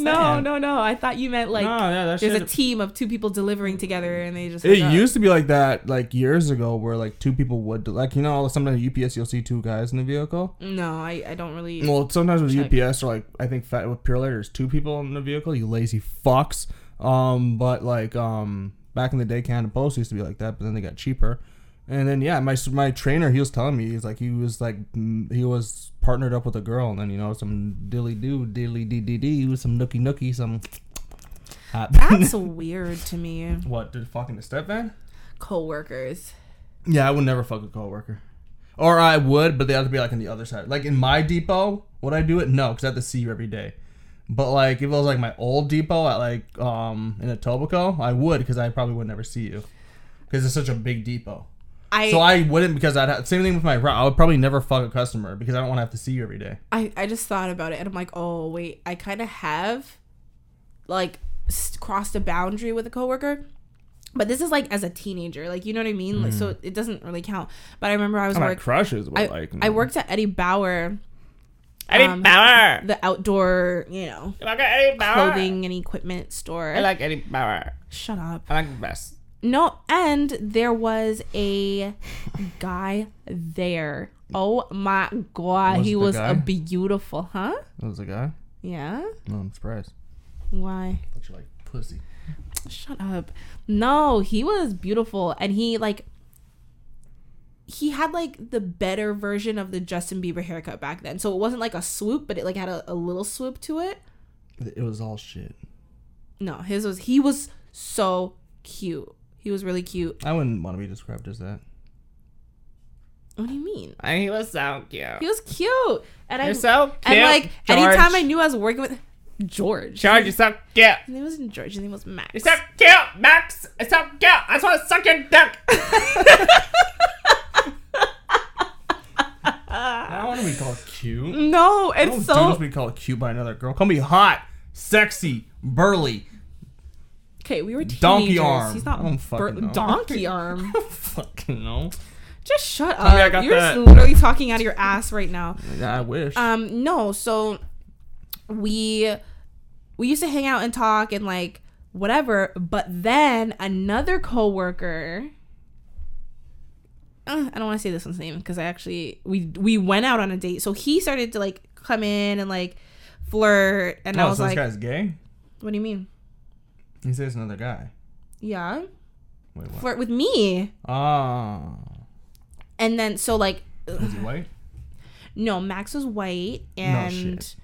A: no,
B: that?
A: no, no. I thought you meant like
B: no, yeah, that
A: there's
B: shit.
A: a team of two people delivering together and they just
B: it
A: hook up.
B: used to be like that, like years ago, where like two people would like you know sometimes at UPS you'll see two guys in the vehicle.
A: No, I, I don't really
B: Well, sometimes with
A: Check.
B: UPS or like I think fat, with Pure Later, there's two people in the vehicle. You lazy fucks. Um, but like um, back in the day, Canada Post used to be like that, but then they got cheaper. And then yeah, my my trainer, he was telling me he's like he was like mm, he was partnered up with a girl, and then you know some dilly do dilly dee dee dee, some nookie nookie, some. happened.
A: That's weird to me.
B: what did fucking the step van?
A: Coworkers.
B: Yeah, I would never fuck a coworker. Or I would, but they have to be like on the other side. Like in my depot, would I do it? No, because I have to see you every day. But like if it was like my old depot at like um in Etobicoke, I would because I probably would never see you because it's such a big depot.
A: I,
B: so I wouldn't because I'd have, same thing with my route. I would probably never fuck a customer because I don't want to have to see you every day.
A: I I just thought about it and I'm like, oh wait, I kind of have like s- crossed a boundary with a coworker. But this is like as a teenager, like you know what I mean? Like so it doesn't really count. But I remember I was
D: Not
A: working
D: Mm. crushes, but
A: I,
D: like
A: I worked at Eddie Bauer,
D: Eddie
A: um,
D: Bauer.
A: the outdoor, you know,
D: I like Eddie Bauer.
A: clothing and equipment store.
D: I like Eddie Bauer.
A: Shut up.
D: I like the best.
A: No, and there was a guy there. Oh my god,
B: Was
A: he
B: it the
A: was
B: guy?
A: a beautiful, huh?
B: That was a guy.
A: Yeah.
B: No, I'm surprised.
A: Why?
B: But you like pussy.
A: Shut up. No, he was beautiful and he like he had like the better version of the Justin Bieber haircut back then. So it wasn't like a swoop, but it like had a, a little swoop to it.
B: It was all shit.
A: No, his was he was so cute. He was really cute.
B: I wouldn't want to be described as that.
A: What do you mean?
D: And he was so cute.
A: He was cute. And I
D: You're so cute.
A: and like
D: George.
A: anytime I knew I was working with George.
D: George, you're so cute.
A: His name wasn't George, his name was Max.
D: You're so cute, Max. You're so cute. I just want to suck your dick.
B: I don't want to be called cute.
A: no,
B: Those
A: it's
B: dudes
A: so
B: be called cute by another girl. Call me hot, sexy, burly.
A: Okay, we were teenagers.
B: Donkey arm.
A: He's not
B: I don't
A: bur-
B: fucking know.
A: donkey arm.
B: Fucking no.
A: Just shut
B: Oh,
D: Tell me I
A: up.
D: got
A: You're
D: that.
A: just literally talking out of your ass right now.
B: I wish.
A: Um, no, so we we used to hang out and talk and like whatever, but then another coworker uh, I don't want to say this one's name because I actually we we went out on a date, so he started to like come in and like flirt, and I
B: oh,
A: was
B: so
A: like,
B: this guy's gay?
A: "What do you mean?
B: He says another guy.
A: Yeah,
B: Wait, what?
A: flirt with me?"
B: Ah.
A: And then so like
B: Is he white?
A: no, Max was white and
B: shit.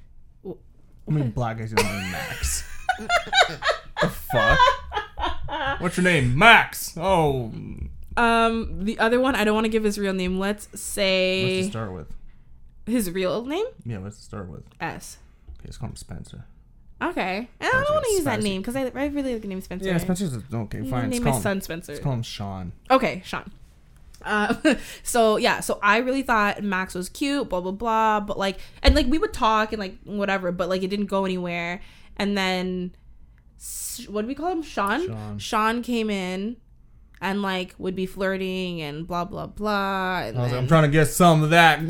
B: I mean, black guys don't name Max. the fuck? What's your name? Max! Oh.
A: Um, the other one, I don't want to give his real name. Let's
B: What's to
A: say
B: start with?
A: his real name
B: Yeah, what's to start with?
A: S.
B: Okay, let's call him Spencer.
A: Okay, and I don't want to use that
B: Spicy.
A: name because I, I really like the name Spencer.
B: Yeah, Spencer's a, okay,
A: I'm gonna
B: fine. Let's
A: Name
B: call,
A: my
B: him,
A: son Spencer.
B: let's call him Sean.
A: Okay, Sean. Um, so yeah, so I really thought Max was cute, blah blah blah, but like, and like we would talk and like whatever, but like it didn't go anywhere. And then, s- what do we call him? Sean.
B: Sean.
A: came in, and like would be flirting and blah blah blah. And
B: I was like,
A: then-
B: I'm trying to get some of that.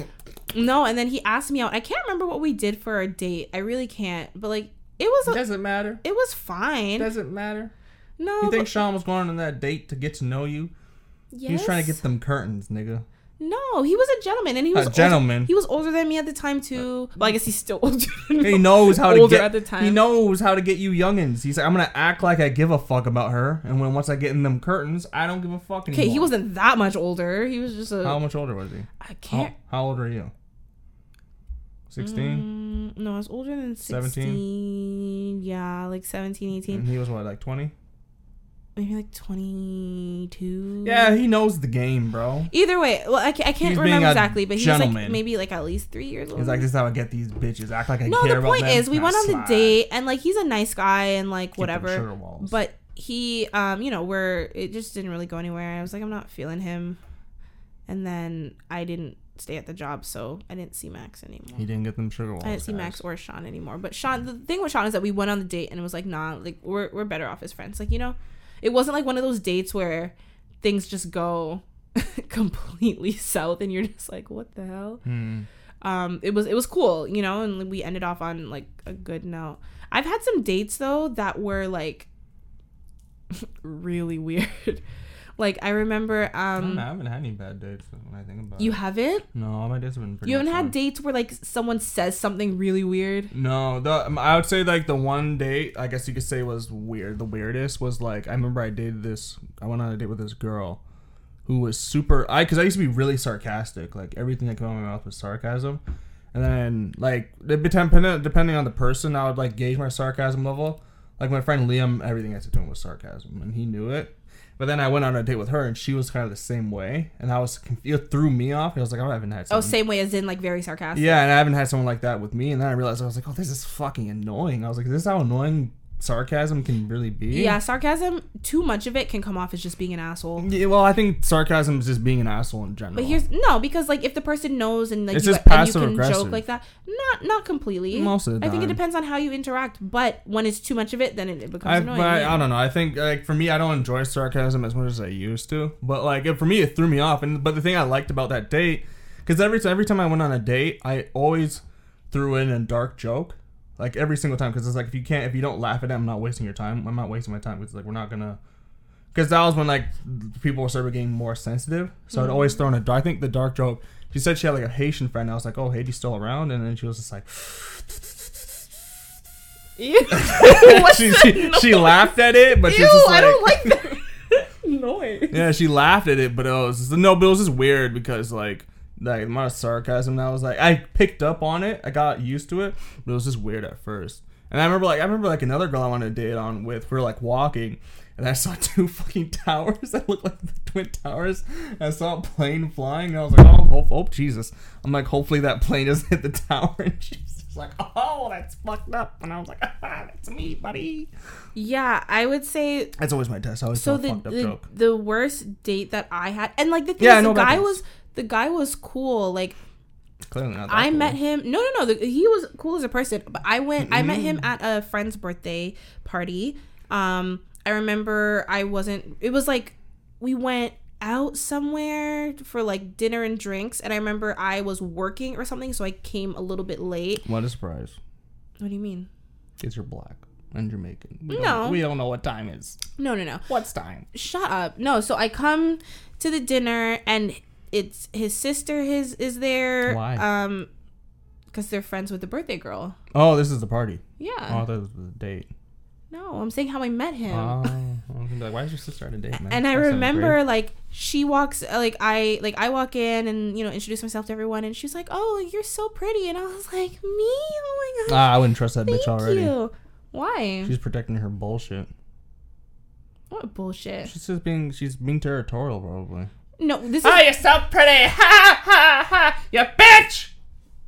A: No, and then he asked me out. I can't remember what we did for our date. I really can't. But like it was a,
B: Doesn't matter.
A: it was fine.
B: Doesn't matter.
A: no.
B: You think
A: but-
B: Sean was going on that date to get to know you?
A: yes.
B: He was trying to get them curtains, nigga.
A: No, he was a gentleman and he
B: A
A: was older-
B: gentleman. Uh,
A: he was older than me at the time too. Well, I guess he's still older. Than me.
B: He knows how to
A: Older
B: get.
A: at the time.
B: He knows how to get you youngins. He's like, I'm gonna act like I give a fuck about her, and when once I get in them curtains, I don't give a fuck anymore.
A: Okay, he wasn't that much older. He was just a.
B: How much older was he?
A: I
B: How,
A: can't.
B: how old are you? Sixteen.
A: Mm, no, I was older than 16.
B: 17?
A: Yeah, like 17, 18.
B: And he was what, like twenty?
A: Mm. Maybe like 22.
B: Yeah, he knows the game, bro.
A: Either way, well, I, ca- I can't
B: He's being
A: remember
B: a
A: exactly, but he was like
B: gentleman.
A: maybe like at least three years old.
B: He's like, this is how I get these bitches. Act like I
A: No,
B: care
A: the
B: about
A: point
B: them,
A: is, we
B: and I
A: went on the
B: slide.
A: date, and like he's a nice guy, and like
B: Keep them sugar
A: whatever.
B: walls.
A: But he, um, you know, we're it just didn't really go anywhere. I was like, I'm not feeling him, and then I didn't stay at the job, so I didn't see Max anymore.
B: he didn't get them sugar walls.
A: I didn't see
B: guys.
A: Max or Sean anymore. But Sean, the thing with Sean is that we went on the date and it was like, nah, like we're we're better off as friends. Like you know, it wasn't like one of those dates where things just go completely south and you're just like, what the hell?
B: Hmm.
A: um it was it was cool you know and we ended off on like a good note i've had some dates though that were like really weird like i remember
B: I, don't know,
A: um
B: I haven't had any bad dates when I think about
A: you
B: it.
A: haven't
B: No, all my dates have been pretty.
A: you haven't
B: much
A: had
B: fun.
A: dates where like someone says something really weird
B: No, the um, I would say like the one date I guess you could say was weird. The weirdest was like I remember I dated this. I went on a date with this girl who was super. I because I used to be really sarcastic. Like everything that came out of my mouth was sarcasm. And then like it depend- depending on the person, I would like gauge my sarcasm level. Like my friend Liam, everything I said to him was sarcasm, and he knew it. But then I went on a date with her, and she was kind of the same way, and I was confused. It threw me off. I was like, I haven't had.
A: Oh,
B: Someone.
A: same way as in like very sarcastic.
B: Yeah, and I haven't had someone like that with me, and then I realized I was like, oh, this is fucking annoying. I was like, this is how annoying sarcasm can really be.
A: Yeah, sarcasm, too much of it can come off as just being an asshole.
B: Yeah, well, I think sarcasm is just being an asshole in general.
A: But here's no, because like if the person knows and like
B: It's
A: you,
B: just
A: and you can
B: passive-aggressive.
A: joke like that, not not completely.
B: Most of the
A: I think it
B: time.
A: depends on how you interact. But when it's too much of it, then it, it becomes
B: I,
A: annoying.
B: but I,
A: yeah.
B: I don't know. I think like for me, I don't enjoy sarcasm as much as I used to. But like it, for me, it threw me off. And but the thing I liked about that date, because every time every time I went on a date, I always threw in a dark joke, like every single time. Because it's like if you can't, if you don't laugh at it, I'm not wasting your time. I'm not wasting my time. It's like we're not gonna. Because that was when like people started getting more sensitive. So I'd
A: Mm.
B: always throw in a dark. I think the dark joke. She said she had like a Haitian friend. I was like, oh, Haiti's still around, and then she was just like. she, she, she laughed at it, but she's
A: Ew,
B: just
A: I
B: like,
A: don't like that noise.
B: yeah, she laughed at it, but it was no, but it was just weird because like like the amount of sarcasm that I was like I picked up on it, I got used to it, but it was just weird at first. And I remember like I remember like another girl I wanted to date on with, we were like walking. And I saw two fucking towers that looked like the Twin Towers. I saw a plane flying, and I was like, "Oh, hope, oh, Jesus!" I'm like, "Hopefully that plane doesn't hit the tower." And she's just like, "Oh, that's fucked up." And I was like, "Ah, "That's me, buddy."
A: Yeah, I would say
B: That's always my test. I always
A: so
B: tell a
A: the
B: fucked up
A: the,
B: joke.
A: the worst date that I had, and like the thing
B: Yeah, I
A: is,
B: know
A: the
B: about
A: guy
B: this.
A: was the guy was cool. Like
B: Clearly not. that
A: I
B: cool.
A: met him. No, no, no. The, he was cool as a person. But I went. I met him at a friend's birthday party. Um, I remember I wasn't. It was like we went out somewhere for like dinner and drinks, and I remember I was working or something, so I came a little bit late.
B: What a surprise.
A: What do you mean?
B: Because you're black and Jamaican. We
A: No.
B: Don't, we don't know what time is.
A: No, no, no.
B: What's time?
A: shut up no so i come to the dinner and it's his sister his is there
B: Why?
A: um because they're friends with the birthday girl
B: Oh, this is the party.
A: yeah
B: Oh, that was the date.
A: Um, no i'm saying how i met him
B: Oh, I was gonna be like, why is your sister at a date, man?
A: and i
B: That's seventh
A: remember
B: grade.
A: like she walks uh, like i like i walk in and you know introduce myself to everyone and she's like oh you're so pretty and i was like me oh my god
B: Ah, I wouldn't trust that bitch
A: thank
B: already.
A: you why
B: She's protecting her bullshit.
A: what bullshit
B: She's just being she's being territorial, probably.
A: no this is
D: Oh, you're so pretty. Ha ha ha. You bitch.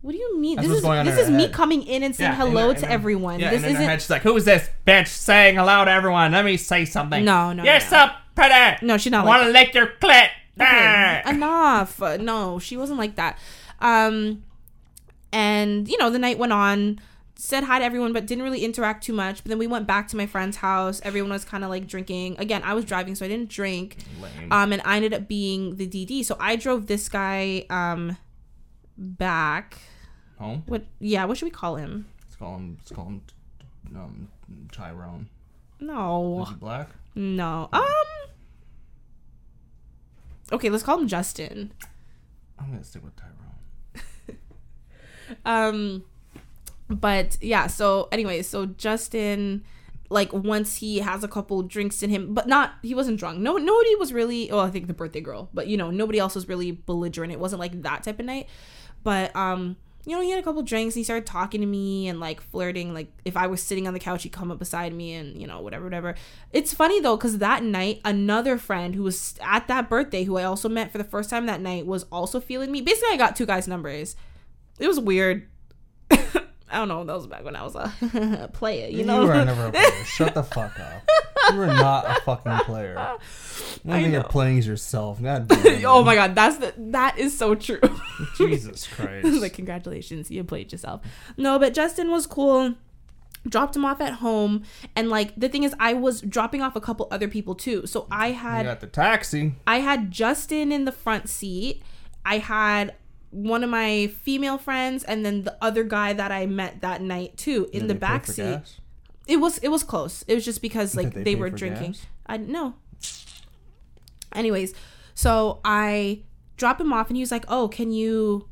A: what do you mean
B: That's
A: this
B: what's
A: is
B: going on in
A: this is
B: her
A: me
B: head.
A: coming in and saying
B: Yeah, in
A: hello
B: her- in
A: to
B: her-
A: everyone this
B: and then
A: isn't
B: she's like, "Who's this bitch saying hello to everyone? Let me say something."
A: no no
D: You're
A: no, no.
D: so pretty.
A: No, she's not like
D: Want to lick your clit?
A: Okay,
D: Ah.
A: enough. Uh, No, she wasn't like that. Um, and you know, the night went on. Said hi to everyone, but didn't really interact too much. But then we went back to my friend's house. Everyone was kind of like drinking. Again, I was driving, so I didn't drink.
B: Lame.
A: Um, and I ended up being the DD. So I drove this guy um back.
B: Home.
A: What? Yeah. What should we call him?
B: Let's call him. Let's call him. Um, Tyrone. Is
A: No.
B: he black?
A: No. Um. Okay, let's call him Justin.
B: I'm gonna stick with Tyrone.
A: um but yeah so anyway so justin like once he has a couple drinks in him but not he wasn't drunk no nobody was really well i think the birthday girl but you know nobody else was really belligerent it wasn't like that type of night but um you know he had a couple drinks he started talking to me and like flirting like if i was sitting on the couch he'd come up beside me and you know whatever whatever it's funny though because that night another friend who was at that birthday who i also met for the first time that night was also feeling me basically i got two guys numbers it was weird I don't know. That was back when I was a player, you know.
B: are never a player. Shut the fuck up. You are not a fucking player. The only thing you're
A: know.
B: playing is yourself. God damn it.
A: oh my god, that's the that is so true.
B: Jesus Christ.
A: like congratulations, you played yourself. No, but Justin was cool. Dropped him off at home, and like the thing is, I was dropping off a couple other people too. So I
B: you
A: had
B: got the taxi.
A: I had Justin in the front seat. I had one of my female friends, and then the other guy that I met that night too in the
B: Did they pay
A: back
B: for
A: seat.
B: gas?
A: It was it was close. It was just because like
B: they
A: they,
B: pay
A: were
B: for
A: drinking.
B: gas?
A: I no. Anyways, so I drop him off and he was like, "Oh, can you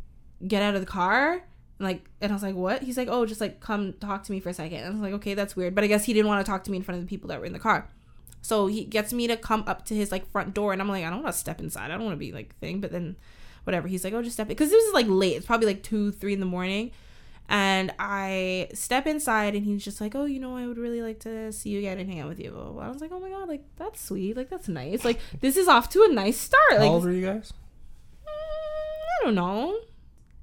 A: get out of the car?" Like, and I was like, "What?" He's like, "Oh, just like come talk to me for a second. And I was like, "Okay, that's weird." But I guess he didn't want to talk to me in front of the people that were in the car. So he gets me to come up to his like front door, and I'm like, "I don't want to step inside. I don't want to be like thing." But then, whatever. He's like, "Oh, just step it," because this is like late. It's probably like two, three in the morning. And I step inside, and he's just like, "Oh, you know, I would really like to see you again and hang out with you." Blah, blah, blah. I was like, "Oh my god, like that's sweet, like that's nice, like this is off to a nice start."
B: How
A: Like,
B: old are you guys?
A: I don't know.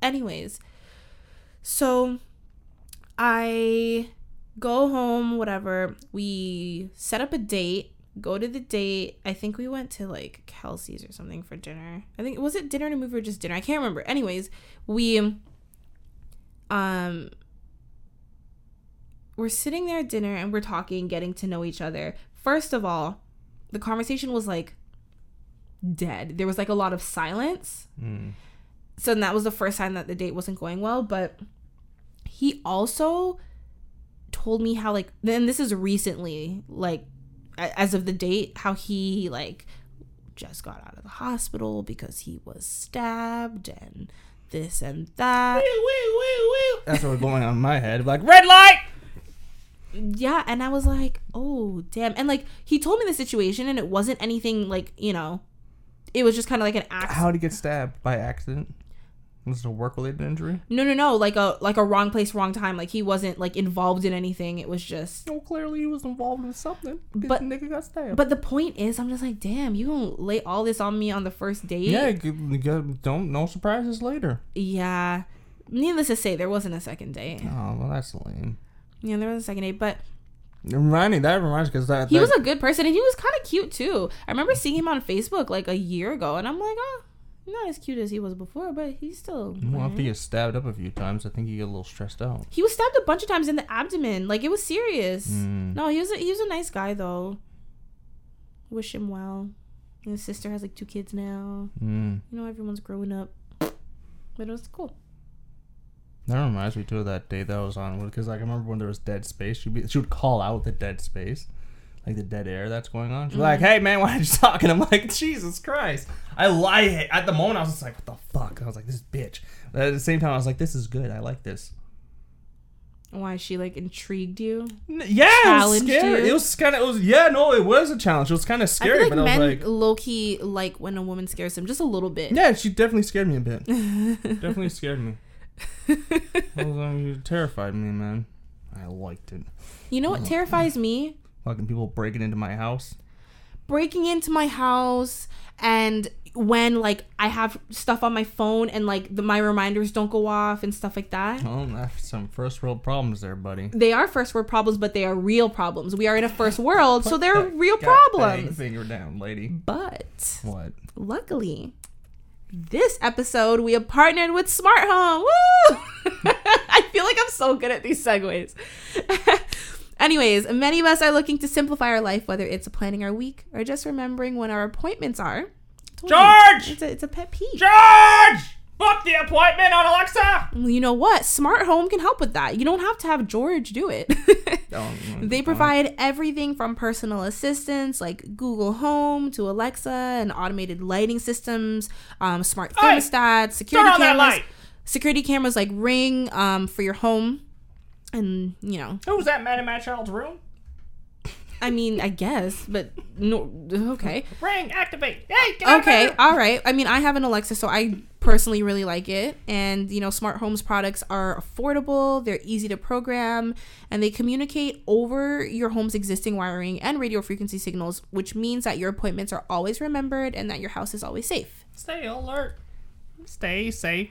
A: Anyways, so I go home, whatever. We set up a date, go to the date. I think we went to like Kelsey's or something for dinner. I think was it dinner and a movie or just dinner? I can't remember. Anyways, we um we're sitting there at dinner and we're talking, getting to know each other. First of all, the conversation was like dead. There was like a lot of silence. So then that was the first sign that the date wasn't going well. But he also told me how like then this is recently like a- as of the date how he like just got out of the hospital because he was stabbed and this and that.
B: That's what was going on in my head. Like,
D: Red light!
A: Yeah, and I was like, "Oh, damn." And like he told me the situation and it wasn't anything like, you know, it was just kind of like an accident.
B: how'd he get stabbed by accident? Was it a work-related injury?
A: No, no, no. Like a like a wrong place, wrong time. Like he wasn't like involved in anything. It was just.
B: No, clearly he was involved in something.
A: But-
B: nigga got stabbed.
A: But the point is, I'm just like, damn, you gonna lay all this on me on the first date?
B: yeah, you could- you could- don't no surprises later.
A: Yeah. Needless to say, there wasn't a second date.
B: Oh, well, that's lame.
A: Yeah, there wasn't a second date, but
B: Remind me, that reminds because that
A: he
B: that-
A: was a good person and he was kind of cute too. I remember seeing him on Facebook like a year ago, and I'm like, oh, not as cute as he was before, but he's still.
B: Well, after you get stabbed up a few times, I think you get a little stressed out.
A: He was stabbed a bunch of times in the abdomen. Like it was serious. No, he was a, he was a nice guy though. Wish him well. And his sister has like two kids now.
B: Mm.
A: You know, everyone's growing up. But it was cool.
B: That reminds me too of that day that I was on because like I remember when there was dead space, she'd be, she would call out the dead space, like the dead air that's going on. She'd be like,
A: Mm-hmm.
B: "Hey man, why aren't you talking?" I'm like, "Jesus Christ!" I lie at the moment. I was just like, "What the fuck?" I was like, "This bitch." But at the same time, I was like, "This is good. I like this."
A: Why she like intrigued you?
B: N- Yeah, it was
A: Challenged
B: scary.
A: you?
B: It was kind of it was yeah no, it was a challenge. It was kind of
A: I
B: scary,
A: feel
B: but
A: like
B: I was
A: men
B: like,
A: low key like when a woman scares them just a little bit.
B: yeah, she definitely scared me a bit. definitely scared me. I was, um, you terrified me, man. I liked it.
A: You know what terrifies me?
B: Fucking people breaking into my house.
A: Breaking into my house and when like I have stuff on my phone and like the, my reminders don't go off and stuff like that.
B: Well, that's some first world problems there, buddy.
A: they are first world problems, but they are real problems. We are in a first world, so they're real
B: Bang,
A: problems.
B: finger down, lady.
A: But
B: What?
A: luckily, this episode we have partnered with Smart Home. Woo! I feel like I'm so good at these segues. Anyways, many of us are looking to simplify our life, whether it's planning our week or just remembering when our appointments are. George,
D: George!
A: it's a, it's a pet peeve.
D: George! Book the appointment on Alexa!
A: Well, you know what? Smart Home can help with that. You don't have to have George do it.
B: Oh, mm,
A: They
D: uh-huh.
B: fine.
A: provide everything from personal assistants like Google Home to Alexa and automated lighting systems, um, smart
D: Hey,
A: thermostats, security
D: on that
A: cameras,
D: light.
A: security cameras like Ring um, for your home, and you know,
D: Who's that man in my child's room?
A: I mean, I guess, but no, okay,
D: Ring, activate. Hey, get out of my
A: okay,
D: room.
A: all right. I mean, I have an Alexa, so I personally really like it, and you know, smart homes products are affordable, they're easy to program, and they communicate over your home's existing wiring and radio frequency signals, which means that your appointments are always remembered and that your house is always safe.
D: Stay alert. Stay safe.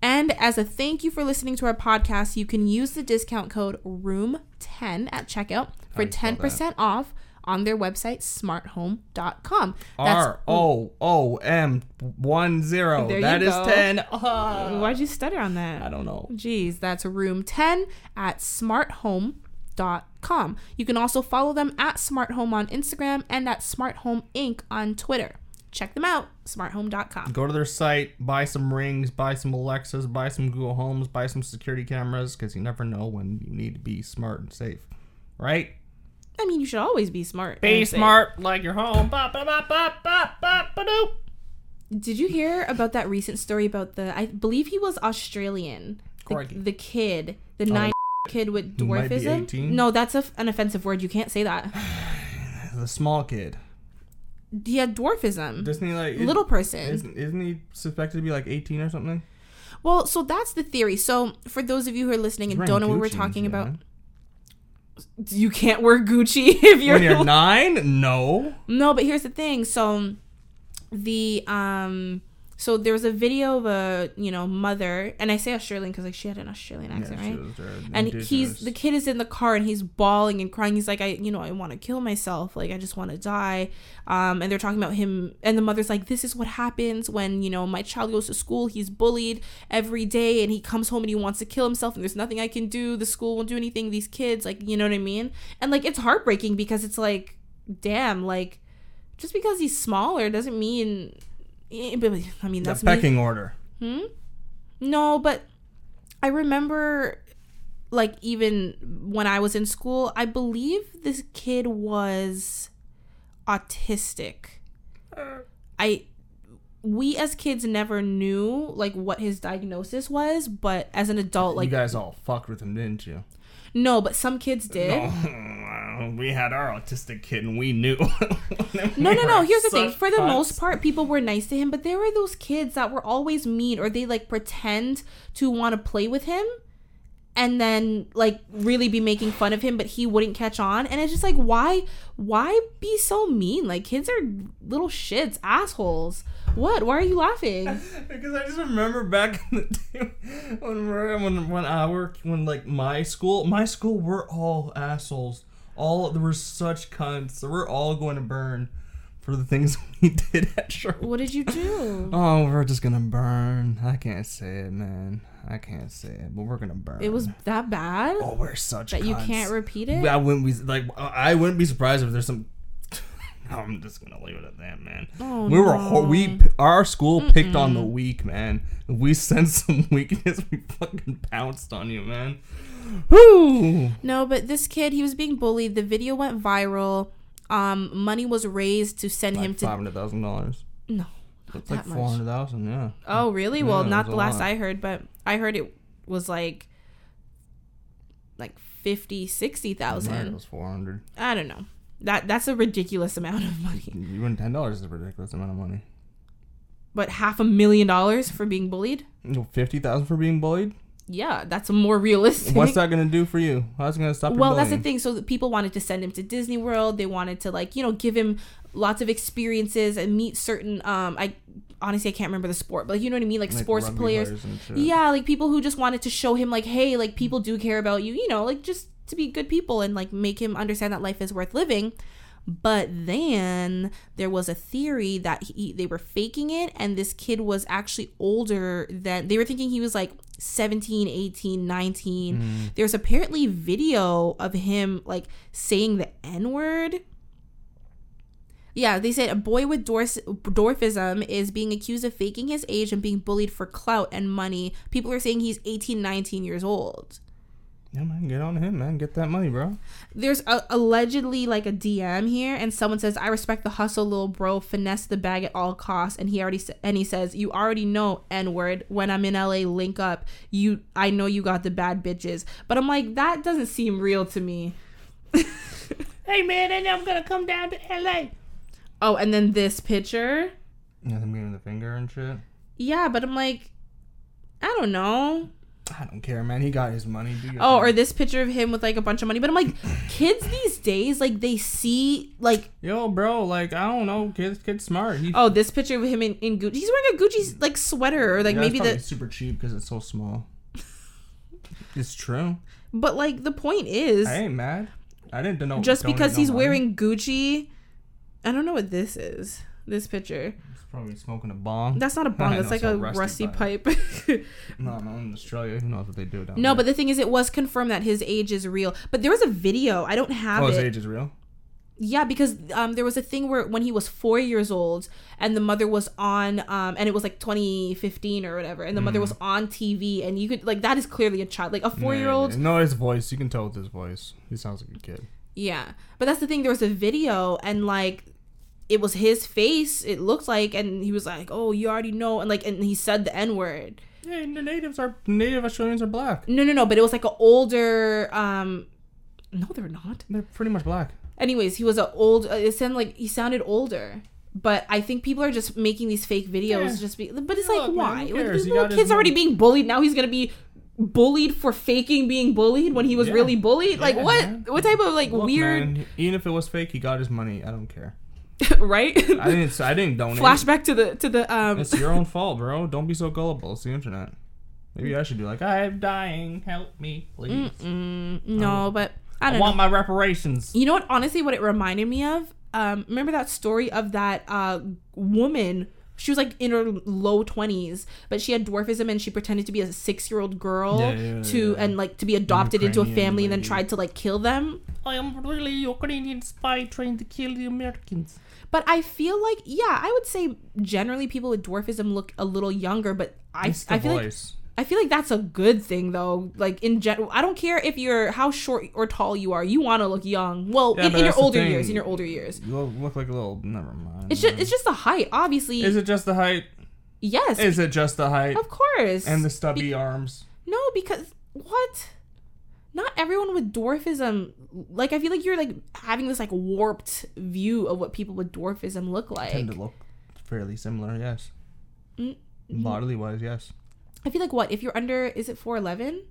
A: And as a thank you for listening to our podcast, you can use the discount code ROOM10 at checkout for
B: do you spell
A: 10% off on their website smarthome.com.
B: R O O M one zero.
A: There you
B: That is
A: go.
B: ten. Ah.
A: Why'd you stutter on that?
B: I don't know.
A: Geez, that's room 10 at smarthome.com. You can also follow them at Smart Home on Instagram and at Smart Home Inc. on Twitter. Check them out, smarthome.com.
B: Go to their site, buy some rings, buy some Alexas, buy some Google Homes, buy some security cameras, because you never know when you need to be smart and safe, right?
A: I mean, you should always be smart.
D: Be
A: and safe.
D: smart like your home. Ba ba ba ba ba ba ba doop.
A: Did you hear about that recent story about the, I believe he was Australian, the,
B: Crikey.
A: the kid, the nine kid with
B: Who might be
A: dwarfism?
B: 18?
A: No, that's a, an offensive word. You can't say that.
B: The small kid.
A: He had dwarfism.
B: Doesn't he like it-
A: Little person.
B: Isn't, isn't he suspected to be like eighteen or something?
A: Well, so that's the theory. So for those of you who are listening and
B: Wearing
A: don't know what we're
B: Gucci,
A: talking
B: you
A: about,
B: know.
A: you can't wear Gucci if you're,
B: When you're nine, no.
A: no. But here's the thing. So the um. So there was a video of a you know mother, and I say Australian because like she had an Australian
B: Yeah,
A: accent,
B: she
A: right?
B: was there,
A: and
B: indigenous.
A: he's the kid is in the car and he's bawling and crying he's like i you know i want to kill myself like i just want to die um, and they're talking about him and the mother's like this is what happens when you know my child goes to school he's bullied every day and he comes home and he wants to kill himself and there's nothing i can do the school won't do anything these kids like you know what i mean and like it's heartbreaking because it's like damn like just because he's smaller doesn't mean eh, but- i mean
B: the
A: that's me
B: pecking order.
A: no, but I remember like even when I was in school, I believe this kid was autistic. I we as kids never knew like what his diagnosis was, but as an adult like
B: you guys all fucked with him, didn't you? Oh,
A: no, but some kids did.
B: we had our autistic kid and we knew.
A: No, no, no. Here's the thing. For the most part, people were nice to him, but there were those kids that were always mean or they like pretend to want to play with him and then like really be making fun of him, but he wouldn't catch on. And it's just like, why why be so mean? Like kids are little shits, assholes. What? Why are you laughing?
B: Because I just remember back in the day when we're, when when I work when like my school my school we're all assholes. All there were such cunts. So we're all going to burn for the things we did at Sherwood.
A: What did you do?
B: Oh, we're just gonna burn. I can't say it, man. I can't say it, but we're gonna burn.
A: It was that bad
B: Oh, we're such
A: that you
B: cunts.
A: can't repeat it?
B: I wouldn't be like I I wouldn't be surprised if there's some. I'm just gonna leave it at that, man.
A: Oh,
B: we were ho-
A: no.
B: we p- our school picked on the weak, man. If we sensed some weakness, we fucking pounced on you, man. Woo!
A: No, but this kid, he was being bullied. The video went viral. Um, money was raised to send him
B: Like
A: to
B: five hundred thousand dollars.
A: no,
B: It's like
A: that much.
B: four hundred thousand, yeah.
A: Oh, really?
B: Yeah,
A: well,
B: it
A: not
B: was
A: the
B: a
A: last
B: lot.
A: I heard, but I heard it was like like 50,
B: Mine
A: 60,000.
B: was four hundred.
A: I don't know. That that's a ridiculous amount of money.
B: Even ten dollars is a ridiculous amount of money.
A: But half a million dollars for being bullied?
B: Fifty thousand for being bullied.
A: Yeah, that's more realistic.
B: What's that gonna do for you? How's it gonna stop? your
A: Well, that's the
B: bullying?
A: thing. So the people wanted to send him to Disney World. They wanted to like you know give him lots of experiences and meet certain. Um, I honestly I can't remember the sport, but like, you know what I mean, like,
B: Like
A: sports
B: rugby
A: players.
B: and shit.
A: Yeah, like people who just wanted to show him like, hey, like people do care about you. You know, like just to be good people and like make him understand that life is worth living. But then there was a theory that he, they were faking it, and this kid was actually older than they were thinking he was like 17, 18, 19.
B: Mm.
A: There's apparently video of him like saying the N word. Yeah, they said a boy with dwarfs, dwarfism is being accused of faking his age and being bullied for clout and money. People are saying he's 18, 19 years old.
B: Yeah, man, get on him, man. Get that money, bro.
A: There's a, allegedly like a DM here, and someone says, "I respect the hustle, little bro. Finesse the bag at all costs." And he already sa- and he says, "You already know N word. When I'm in LA, link up. You, I know you got the bad bitches, but I'm like that doesn't seem real to me."
D: Hey man, and I'm gonna come down to LA.
A: Oh, and then this picture.
B: Yeah, them giving the finger and shit.
A: Yeah, but I'm like, I don't know.
B: I don't care, man. He got his money. Do your
A: Oh,
B: thing.
A: or this picture of him with like a bunch of money. But I'm like, kids these days, like they see like
B: yo, bro, like I don't know, kid's kid's smart. He,
A: oh, this picture of him in, in Gucci. He's wearing a Gucci like sweater or like
B: Yeah, it's
A: maybe
B: probably
A: the
B: super cheap because it's so small. it's true.
A: but like the point is
B: I ain't mad. I didn't know.
A: just
B: donate
A: because
B: no
A: he's
B: money.
A: wearing Gucci I don't know what this is. This picture.
B: He's probably smoking a bong.
A: That's not a bong,
B: I
A: that's
B: know,
A: like
B: so
A: a rusty,
B: rusty
A: pipe.
B: no, no, in Australia, who knows what they do down
A: no,
B: there.
A: but the thing is it was confirmed that his age is real. But there was a video. I don't have
B: oh,
A: it.
B: his age is real.
A: Yeah, because um, there was a thing where when he was four years old, and the mother was on, um, and it was like 2015 or whatever, and the mother was on TV, and you could like that is clearly a child, like a four year old.
B: No, his voice. You can tell with his voice. He sounds like a kid.
A: Yeah, but that's the thing. There was a video, and like it was his face. It looked like, and he was like, "Oh, you already know," and like, and he said the N word.
B: Yeah, and the natives are native Australians are black.
A: No, no, no. But it was like an older. um No, they're not.
B: They're pretty much black.
A: Anyways, he was an old. uh, It sounded like he sounded older. But I think people are just making these fake videos
B: Yeah.
A: just be. But it's
B: Look,
A: like
B: man,
A: why?
B: who
A: Like,
B: cares?
A: this
B: He
A: little
B: got his
A: kid's already
B: money.
A: being bullied. Now he's gonna be bullied for faking being bullied when he was
B: Yeah.
A: really bullied. Like
B: Yeah,
A: what?
B: man.
A: What type of like
B: Look,
A: weird?
B: man, even if it was fake, he got his money. I don't care.
A: right?
B: I didn't. I didn't donate.
A: Flashback to the to the um.
B: It's your own fault, bro. Don't be so gullible. It's the internet. Maybe I should do like ah, I'm dying. Help me, please.
A: Mm,
B: um,
A: no, but I
B: I,
A: don't know.
B: want my reparations.
A: You know what? Honestly, what it reminded me of. Um, remember that story of that uh, woman? She was like in her low twenties, but she had dwarfism and she pretended to be a six-year-old girl
B: Yeah, yeah, yeah,
A: to
B: yeah.
A: and like to be adopted into a
B: Ukrainian
A: family and then
B: lady.
A: tried to like kill them.
D: I am really Ukrainian spy trying to kill the Americans.
A: But I feel like, yeah, I would say generally people with dwarfism look a little younger, but I,
B: It's the
A: I feel like
B: voice.
A: I feel like that's a good thing though. Like in general, I don't care if you're how short or tall you are, you want to look young. Well,
B: Yeah,
A: in,
B: but
A: in your
B: that's the
A: older
B: thing.
A: years, in your older years,
B: you look, look like a little. Never mind.
A: it's just it's just the height, obviously.
B: Is it just the height?
A: yes,
B: Is it just the height
A: of course.
B: and the stubby arms?
A: no, because what? Not everyone with dwarfism. Like I feel like you're like having this like warped view of what people with dwarfism look like.
B: Tend to look fairly similar. Yes.
A: Mm,
B: Bodily wise, yes.
A: I feel like what if you're under? Is it four eleven?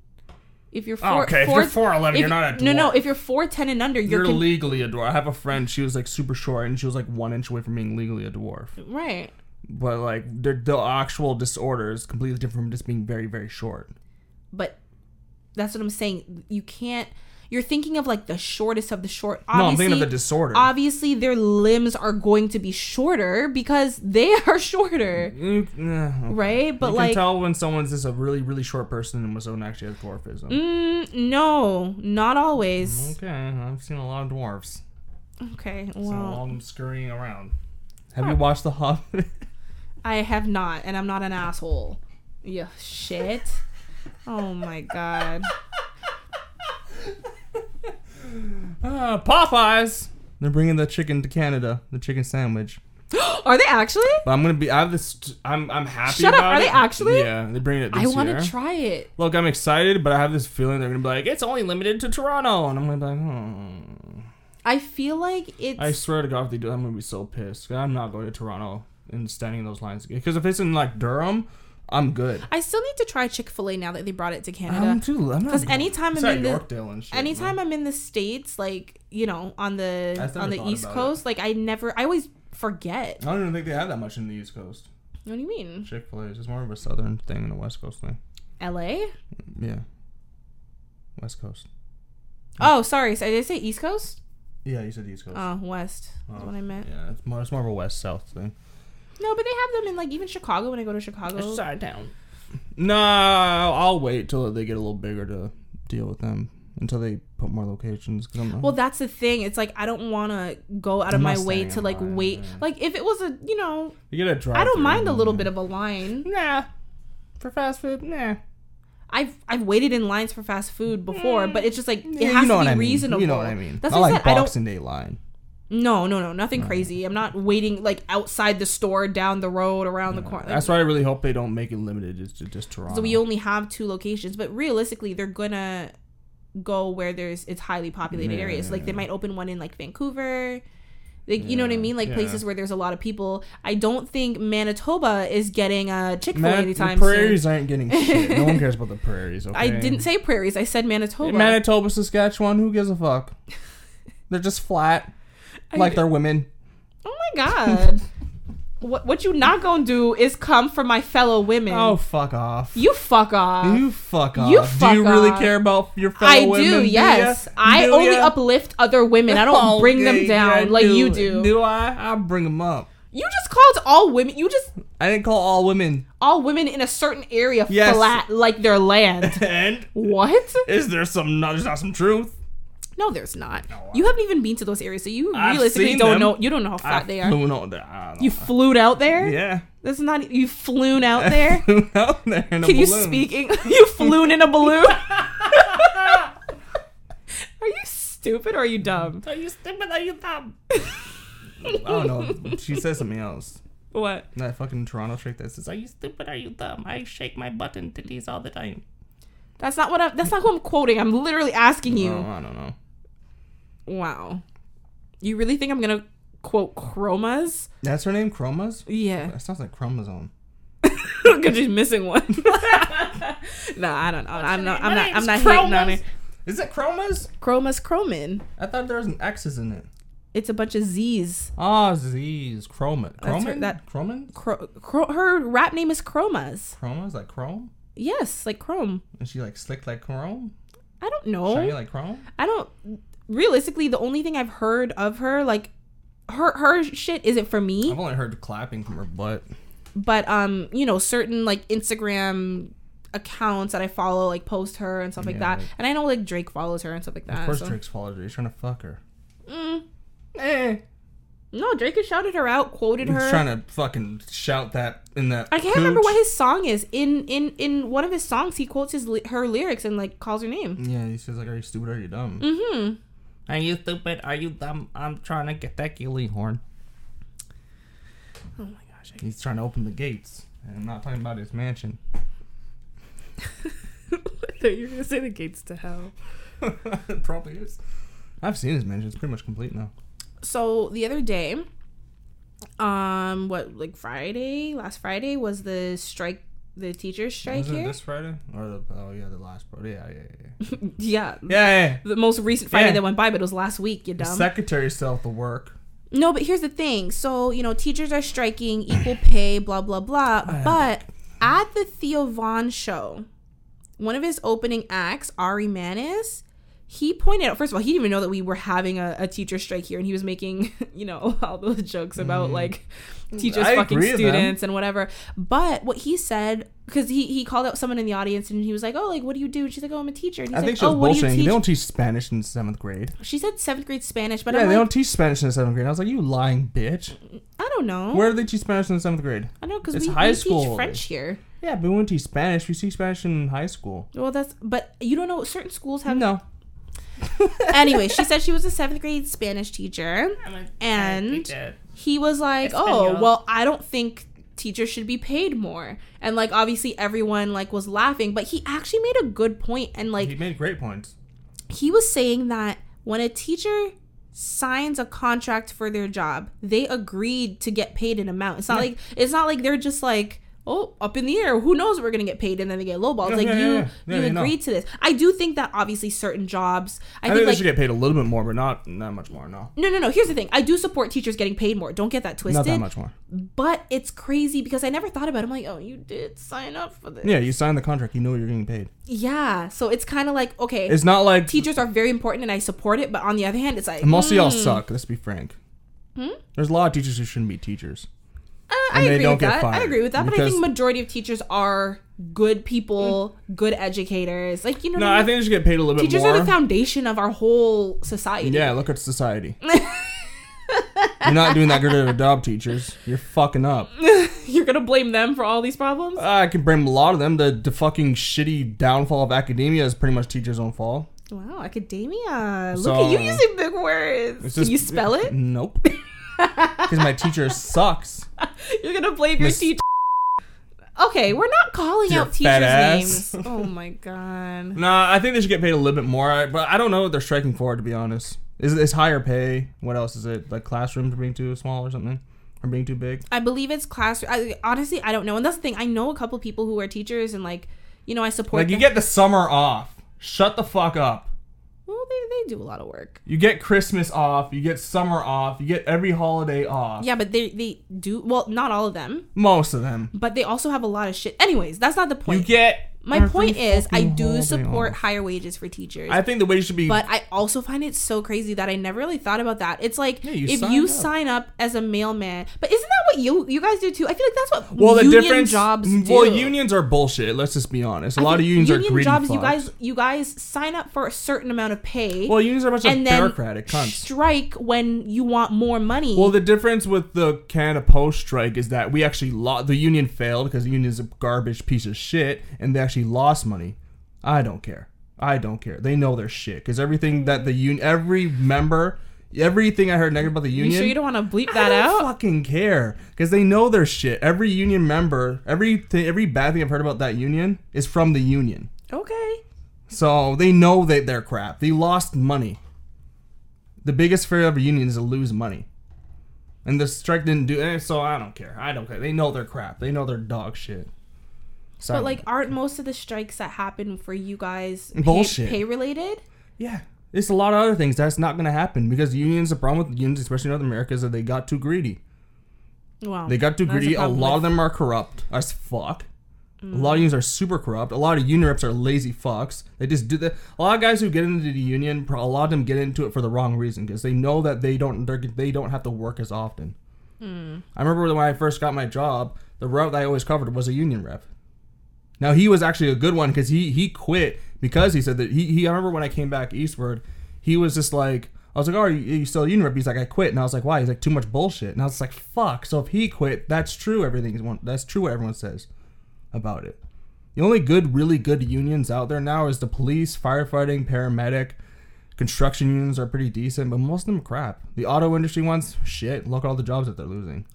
A: If you're
B: Oh,
A: four,
B: okay, if
A: four-
B: you're 4'11",
A: if-
B: you're not a
A: No, no.
B: dwarf.
A: If you're four ten and under, you're,
B: You're
A: con-
B: legally a dwarf. I have a friend. She was like super short, and she was like one inch away from being legally a dwarf.
A: right.
B: But like, their the actual disorder is completely different from just being very, very short.
A: But that's what I'm saying. You can't. You're thinking of like the shortest of the short.
B: No,
A: Obviously,
B: I'm thinking of the disorder.
A: Obviously, their limbs are going to be shorter because they are shorter,
B: Mm, eh, okay.
A: right? But
B: you
A: like,
B: can tell when someone's just a really, really short person and when someone actually has dwarfism.
A: mm, no, not always.
B: Okay, I've seen a lot of dwarfs. Mm-hmm.
A: Okay,
B: Seen a
A: well,
B: lot of them scurrying around. Have you watched The Hobbit?
A: I have not, and I'm not an asshole. Yeah, shit. Oh my god.
B: uh, Popeyes. They're bringing the chicken to Canada, the chicken sandwich.
A: Are they actually?
B: But I'm gonna be. I have this. I'm. I'm happy.
A: Shut up,
B: about
A: are they
B: it.
A: actually?
B: Yeah, they're bringing it. This
A: I want
B: year.
A: to try it.
B: Look, I'm excited, but I have this feeling they're gonna be like, it's only limited to Toronto, and I'm gonna be like, hmm.
A: I feel like it's.
B: I swear to God, if they do, I'm gonna be so pissed. I'm not going to Toronto and standing in those lines again. Because if it's in like Durham, I'm good.
A: I still need to try Chick Fil A now that they brought it to
B: I'm
A: Canada.
B: too. I'm not.
A: 'Cause anytime
B: it's
A: I'm
B: at
A: in the-
B: Yorkdale and shit.
A: Anytime
B: man.
A: I'm in the states, like you know, on the
B: I've never
A: on the
B: thought
A: East
B: about Oh.
A: Coast, like I never, I always forget.
B: I don't even think they have that much in the East Coast.
A: What do you mean,
B: Chick Fil A is more of a Southern thing than a West Coast thing. Oh.
A: L.A.?
B: Yeah. West Coast.
A: Oh, sorry, so did I say East Coast?
B: Yeah, you said East Coast.
A: Oh, West. That's
B: Oh,
A: what I meant.
B: Yeah, it's more. It's more of a West South thing.
A: No, but they have them in like even Chicago. When I go to Chicago,
D: Side down.
B: No, I'll wait till they get a little bigger to deal with them. Until they put more locations. 'cause I'm not-
A: Well, that's the thing. It's like I don't want to go out of
B: I'm
A: my
B: not
A: way
B: staying
A: to
B: in
A: like
B: line,
A: wait.
B: yeah.
A: Like if it was a, you know,
B: you get a drive.
A: I don't mind a little bit of a line.
B: Nah. For fast food, nah.
A: I've I've waited in lines for fast food before, but it's just like it
B: Yeah,
A: has
B: you
A: to
B: know what
A: be
B: I mean.
A: reasonable.
B: You know what I mean.
A: That's
B: I
A: what
B: like
A: I said.
B: Boxing Day line.
A: I don't. No, no, no, nothing crazy. I'm not waiting like outside the store, down the road, around the corner.
B: That's why I really hope they don't make it limited just to just Toronto.
A: So we only have two locations, but realistically, they're gonna go where there's it's highly populated
B: Yeah,
A: areas.
B: yeah,
A: Like they
B: yeah.
A: might open one in like Vancouver. Like, You know what I
B: Yeah,
A: mean? Like
B: yeah.
A: places where there's a lot of people. I don't think Manitoba is getting a Chick Fil A
B: Man,
A: anytime
B: the
A: soon.
B: prairies aren't getting shit. No one cares about the prairies. Okay.
A: I didn't say prairies. I said Manitoba.
B: Manitoba, Saskatchewan. Who gives a fuck? They're just flat, like they're women.
A: oh my god! what what you not gonna do is come for my fellow women.
B: Oh fuck off.
A: you fuck off.
B: You fuck off.
A: You fuck
B: do you really
A: off.
B: care about your fellow
A: I
B: women?
A: do,
B: ya?
A: yes. I
B: Do
A: only
B: ya?
A: uplift other women. I don't
B: Oh,
A: bring them
B: yeah,
A: down
B: I
A: like you do.
B: Do I? I bring them up.
A: You just called all women. You just
B: I didn't call all women.
A: all women in a certain area
B: Yes.
A: flat like their land.
B: And
A: what?
B: is there some? Not, there's not some truth.
A: No, there's not. you haven't even been to those areas, so you
B: I've
A: realistically
B: seen
A: don't
B: them.
A: know. You don't know how flat they are.
B: Flew out there. I don't
A: You flew out there.
B: yeah.
A: That's not. You flew out there.
B: Flew out there in a
A: Can you
B: balloon.
A: speak? Eng- you flew in a balloon. are you stupid or are you dumb?
D: Are you stupid? Are you dumb?
B: I don't know. She said something else.
A: What?
B: That fucking Toronto trick that says
D: Are
B: like,
D: you stupid? Are you dumb? I shake my button titties all the time.
A: That's not what I'm. That's not who I'm quoting. I'm literally asking you.
B: oh, I don't know.
A: Wow. You really think I'm gonna quote chromas.
B: That's her name, Chromas.
A: Yeah,
B: That sounds like chromosome.
A: because she's missing one. no, I don't know. I'm not. I'm not. I'm not hating on it.
B: Is it Chromas?
A: Chromas chromin.
B: I thought there was an X's in it.
A: It's a bunch of Z's.
B: Ah, Z's Chroma.
A: That's her-
B: Chroman.
A: that-
B: Chroman.
A: Cro- cro- her rap name is Chromas.
B: Chromas like chrome.
A: Yes, like chrome.
B: Is she like slick like chrome?
A: I don't know.
B: Shiny like chrome?
A: I don't. Realistically, the only thing I've heard of her, like her her shit, isn't for me.
B: I've only heard clapping from her butt.
A: but um you know certain like instagram accounts that i follow like post her and stuff like
B: Yeah,
A: that
B: like-
A: and i know like drake follows her and stuff like that
B: Of course,
A: Ah, so-
B: Drake's followed her. He's trying to fuck her.
A: Mm.
B: Eh.
A: no drake has shouted her out quoted
B: He's
A: her
B: trying to fucking shout that in that.
A: i can't remember
B: cooch.
A: what his song is in in in one of his songs he quotes his li- her lyrics and like calls her name
B: Yeah, he says like, "Are you stupid? Are you dumb?
A: mm-hmm
B: Are you stupid? Are you dumb? I'm trying to get that Gilly horn."
A: oh my gosh I-
B: He's trying to open the gates. And I'm not talking about his mansion.
A: I thought you were gonna say the gates to hell
B: it probably is. I've seen his mansion. It's pretty much complete now.
A: so the other day um what like friday last friday was the strike the teachers strike
B: Wasn't it
A: here
B: this Friday? Or the, oh yeah, the last Friday. Yeah, yeah, yeah.
A: yeah
B: Yeah, yeah.
A: the most recent Friday
B: Yeah.
A: that went by, but it was last week. You
B: The
A: dumb.
B: secretary still at the work.
A: no, but here's the thing. So you know, teachers are striking, equal pay, blah blah blah. But at the Theo Vaughn show, one of his opening acts, Ari Manis, he pointed out. First of all, he didn't even know that we were having a, a teacher strike here, and he was making you know all those jokes about like teachers
B: Mm-hmm. I
A: fucking
B: agree with them.
A: students and whatever. But what he said. Because he, he called out someone in the audience and he was like, "Oh, like what do you do?" And she's like, "Oh, I'm a teacher." And he's
B: I
A: like,
B: think she
A: "Oh,
B: was
A: what do you
B: bullshitting. They
A: teach?"
B: don't teach Spanish in seventh grade.
A: She said seventh grade Spanish, but
B: Yeah,
A: I'm
B: they
A: like,
B: don't teach Spanish in seventh grade. I was like, you lying bitch.
A: I don't know.
B: Where do they teach Spanish in seventh grade?
A: I know because
B: It's
A: we,
B: high
A: we teach
B: school.
A: French here.
B: Yeah, but we don't teach Spanish. We teach Spanish in high school.
A: Well, that's but you don't know certain schools have.
B: No.
A: anyway, she said she was a seventh grade Spanish teacher, and he was like, "Oh,
D: Espanol.
A: well, I don't think." teachers should be paid more and like obviously everyone like was laughing but he actually made a good point and like
B: He made great points.
A: he was saying that when a teacher signs a contract for their job, they agreed to get paid an amount. It's not
B: Yeah.
A: like it's not like they're just like oh up in the air who knows what we're gonna get paid and then they get lowballed. It's like
B: Yeah, yeah,
A: you
B: yeah, yeah.
A: you
B: Yeah, you know.
A: agreed to this. I do think that obviously certain jobs. I,
B: I, think
A: think
B: they
A: like.
B: should get paid a little bit more, but not that much more. No,
A: no, no, no. Here's the thing. I do support teachers getting paid more. Don't get that
B: not
A: twisted.
B: that much more.
A: But it's crazy because I never thought about it. I'm like, oh, you did sign up for this.
B: Yeah, you signed the contract. You know you're getting paid.
A: Yeah. So it's kind of like, okay,
B: It's not like
A: teachers are very important and I support it. But on the other hand, it's like,
B: most of y'all
A: mm,
B: suck. Let's be frank. There's a lot of teachers who shouldn't be teachers.
A: Hmm? Uh, I
B: And they
A: agree
B: don't
A: with
B: get
A: that. I
B: fired
A: agree with that, but I
B: because- Mm.
A: think majority of teachers are good people, good educators. Like you know,
B: No,
A: what
B: I
A: I mean?
B: think they should get paid a little bit
A: teachers
B: more.
A: are the foundation of our whole society.
B: yeah, look at society. you're not doing that good of a job, teachers. You're fucking up.
A: You're gonna blame them for all these problems.
B: I can blame a lot of them. The, the fucking shitty downfall of academia is pretty much teachers' own fault.
A: wow, academia. Look
B: So- um,
A: at you using big words.
B: It's
A: Can
B: just-
A: you spell it?
B: Nope. Because my teacher sucks.
A: You're gonna blame your
B: Miss-
A: teacher. Okay, we're not calling
B: Your
A: out
B: fat
A: teachers'
B: ass.
A: names. Oh my god.
B: Nah, I think they should get paid a little bit more. I, but I don't know what they're striking for, to be honest. Is it's higher pay? What else is it? Like classrooms being too small or something, or being too big?
A: I believe it's class. I, honestly, I don't know. And that's the thing. I know a couple people who are teachers, and like, you know, I support.
B: Like you
A: them.
B: get the summer off. Shut the fuck up.
A: Well, they, they do a lot of work.
B: You get Christmas off. You get summer off. You get every holiday off.
A: Yeah, but they they do well, not all of them,
B: Most of them.
A: but they also have a lot of shit. Anyways, that's not the
B: You
A: point.
B: get.
A: My
B: every
A: point is I
B: fucking
A: do
B: holiday
A: support
B: off.
A: higher wages for teachers.
B: I think the wage should be.
A: but I also find it so crazy that I never really thought about that. It's like
B: Yeah, you
A: if
B: sign
A: you
B: up.
A: sign up as a mailman, but isn't that what you you guys do too? I feel like that's what
B: well, the
A: union
B: difference.
A: jobs do.
B: Well, unions are bullshit. Let's just be honest. A
A: I
B: lot of
A: think
B: unions are
A: union
B: greedy
A: jobs. You
B: fucks.
A: guys you guys sign up for a certain amount of pay
B: Well, unions are a bunch of
A: and then
B: bureaucratic cunts.
A: strike when you want more money.
B: Well, the difference with the Canada Post strike is that we actually lost. The union failed because the union is a garbage piece of shit, and they actually lost money. I don't care. I don't care. They know their shit because everything that the union, every member, everything I heard negative about the
A: you
B: union.
A: sure you don't want to bleep
B: I
A: that out?
B: don't fucking care because they know their shit. Every union member, every thi- every bad thing I've heard about that union is from the union.
A: Okay.
B: So they know that they're crap. They lost money. The biggest fear of a union is to lose money. And the strike didn't do it, so I don't care. I don't care. They know their crap. They know their dog shit. So
A: But like, aren't most of the strikes that happen for you guys pay,
B: Bullshit.
A: pay related?
B: yeah, it's a lot of other things that's not gonna happen because unions. The problem with unions, especially in North America, is that they got too greedy.
A: Wow,
B: They got too
A: That's the
B: greedy. A,
A: problem
B: lot of
A: with-
B: them are corrupt as fuck. A lot of unions are super corrupt. A lot of union reps are lazy fucks. They just do that. A lot of guys who get into the union, pro- a lot of them get into it for the wrong reason because they know that they don't they're- they don't have to work as often. I remember when I first got my job, the route that I always covered was a union rep. Now he was actually a good one because he he quit because he said that he, he I remember when I came back eastward, he was just like I was like, oh, are you, are you still a union rep? He's like, I quit, and I was like, why? He's like, too much bullshit, and I was like, fuck. So if he quit, that's true. Everything is one. That's true. What everyone says about it. The only good, really good unions out there now is the police, firefighting, paramedic, construction unions are pretty decent, but most of them are crap. The auto industry ones, shit. Look at all the jobs that they're losing.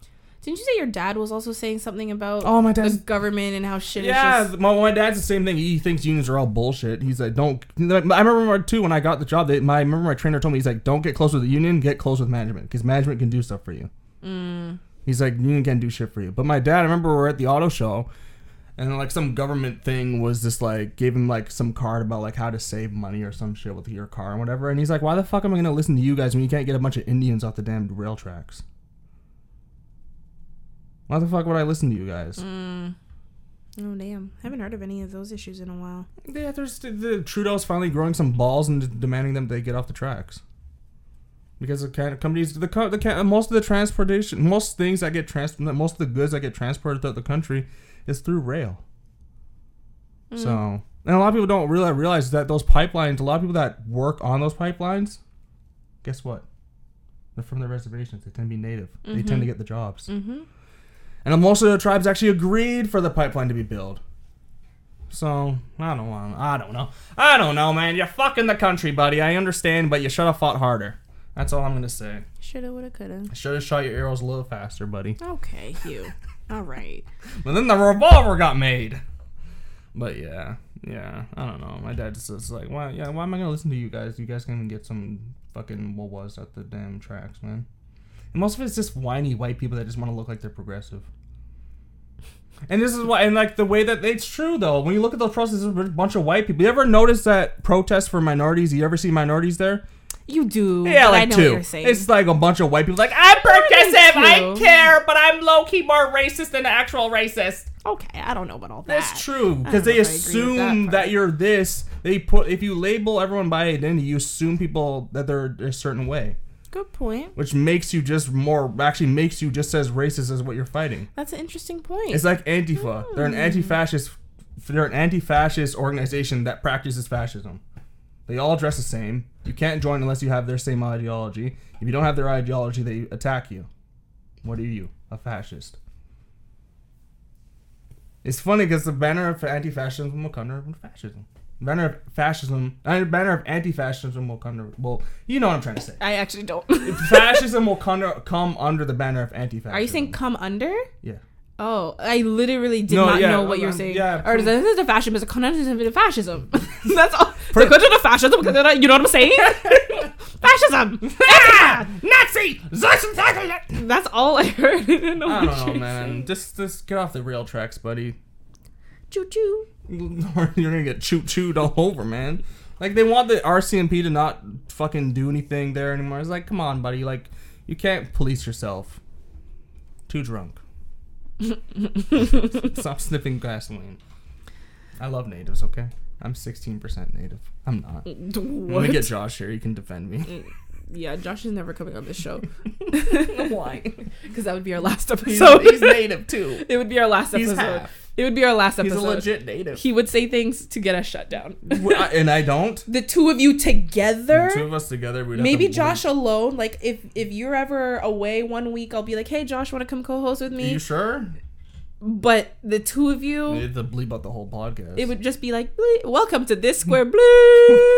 A: Didn't you say your dad was also saying something about
B: Oh, my
A: the
B: dad's
A: government and how shit
B: Yeah,
A: is just?
B: my, my dad's the same thing. He thinks unions are all bullshit. He's like, don't. I remember too when I got the job. They, my I remember my trainer told me he's like, don't get close with the union. Get close with management because management can do stuff for you.
A: Mm.
B: He's like, union can't do shit for you. But my dad, I remember we were at the auto show, and like some government thing was just like gave him like some card about like how to save money or some shit with your car and whatever. And he's like, why the fuck am I gonna listen to you guys when you can't get a bunch of Indians off the damn rail tracks? Why the fuck would I listen to you guys?
A: Oh damn, haven't heard of any of those issues in a while.
B: Yeah, there's the, the Trudeau's finally growing some balls and just demanding them they get off the tracks. Because the kind of companies, the co- the ca- most of the transportation, most things that get trans, most of the goods that get transported throughout the country is through rail. Mm. So, and a lot of people don't really realize that those pipelines, a lot of people that work on those pipelines, guess what? They're from the reservations. They tend to be native. They tend to get the jobs. Mm-hmm. And most of the tribes actually agreed for the pipeline to be built. So I don't want. I don't know. I don't know, man. You're fucking the country, buddy. I understand, but you should have fought harder. That's all I'm gonna say.
A: Shoulda, woulda, coulda.
B: Should have shot your arrows a little faster, buddy.
A: Okay, Hugh. All right.
B: But then the revolver got made. But yeah, yeah. I don't know. My dad just is like, why? Yeah, why am I gonna listen to you guys? You guys can get some fucking what was at the damn tracks, man. And most of it's just whiny white people that just want to look like they're progressive. And this is why, and like the way that it's true though. When you look at those protests, there's a bunch of white people. You ever notice that protests for minorities? You ever see minorities there?
A: You do.
B: Yeah,
A: but
B: like
A: I know
B: two.
A: what you're saying.
B: It's like a bunch of white people. Like,
D: I'm progressive. I
A: Thank you.
D: care, but I'm low key more racist than the actual racist.
A: okay, I don't know about all that.
B: That's true
A: I
B: because
A: don't
B: they
A: know if I agree with that
B: assume that,
A: part.
B: you're this. They put if you label everyone by identity, you assume people that they're a certain way,
A: Good point.
B: which makes you just more actually makes you just as racist as what you're fighting.
A: That's an interesting point.
B: It's like Antifa. They're
A: Hmm.
B: an anti-fascist. They're an anti-fascist organization that practices fascism. They all dress the same. You can't join unless you have their same ideology. If you don't have their ideology, they attack you. What are you? A fascist. It's funny because the banner of anti-fascism will come from fascism. Banner of fascism, uh, banner of anti-fascism will come. To, well, you know what I'm trying to say.
A: I actually don't.
B: Fascism will come, come under the banner of anti-fascism.
A: Are you saying come under?
B: Yeah.
A: Oh, I literally did
B: No,
A: not
B: yeah,
A: know what
B: um,
A: you were
B: um,
A: saying.
B: yeah,
A: or
B: pr-
A: this is the fashion is a conundrum of fascism. That's all.
B: Pr-
A: the conundrum of fascism. because they're not- You know what I'm saying? fascism.
D: Ah, Nazi! Zeusenthal-
A: That's all I heard. I don't know what
B: I don't know,
A: you're
B: man.
A: saying.
B: Just, just get off the rail tracks, buddy.
A: Choo choo.
B: Or You're gonna get chewed, chewed all over, man. Like they want the RCMP to not fucking do anything there anymore. It's like, come on, buddy. Like, you can't police yourself. Too drunk. Stop sniffing gasoline. I love natives. Okay, I'm 16% native. I'm not. When
A: What?
B: we get Josh here, you can defend me.
A: yeah, Josh is never coming on this show
B: Why?
A: because that would be our last
B: He's,
A: episode.
B: he's native too.
A: it would be our last
B: He's
A: episode.
B: half.
A: It would be our last
B: He's
A: episode.
B: a legit native.
A: He would say things to get us shut down.
B: Well, I- and I don't.
A: the two of you together.
B: Two of us together. We'd have
A: Maybe
B: to-
A: Josh alone. Like if if you're ever away one week, I'll be like, "Hey, Josh, want to come co-host with
B: Are
A: me?"
B: you sure?
A: but the two of you,
B: We had to bleep out the whole podcast.
A: it would just be like, "Bleep, "Welcome to this square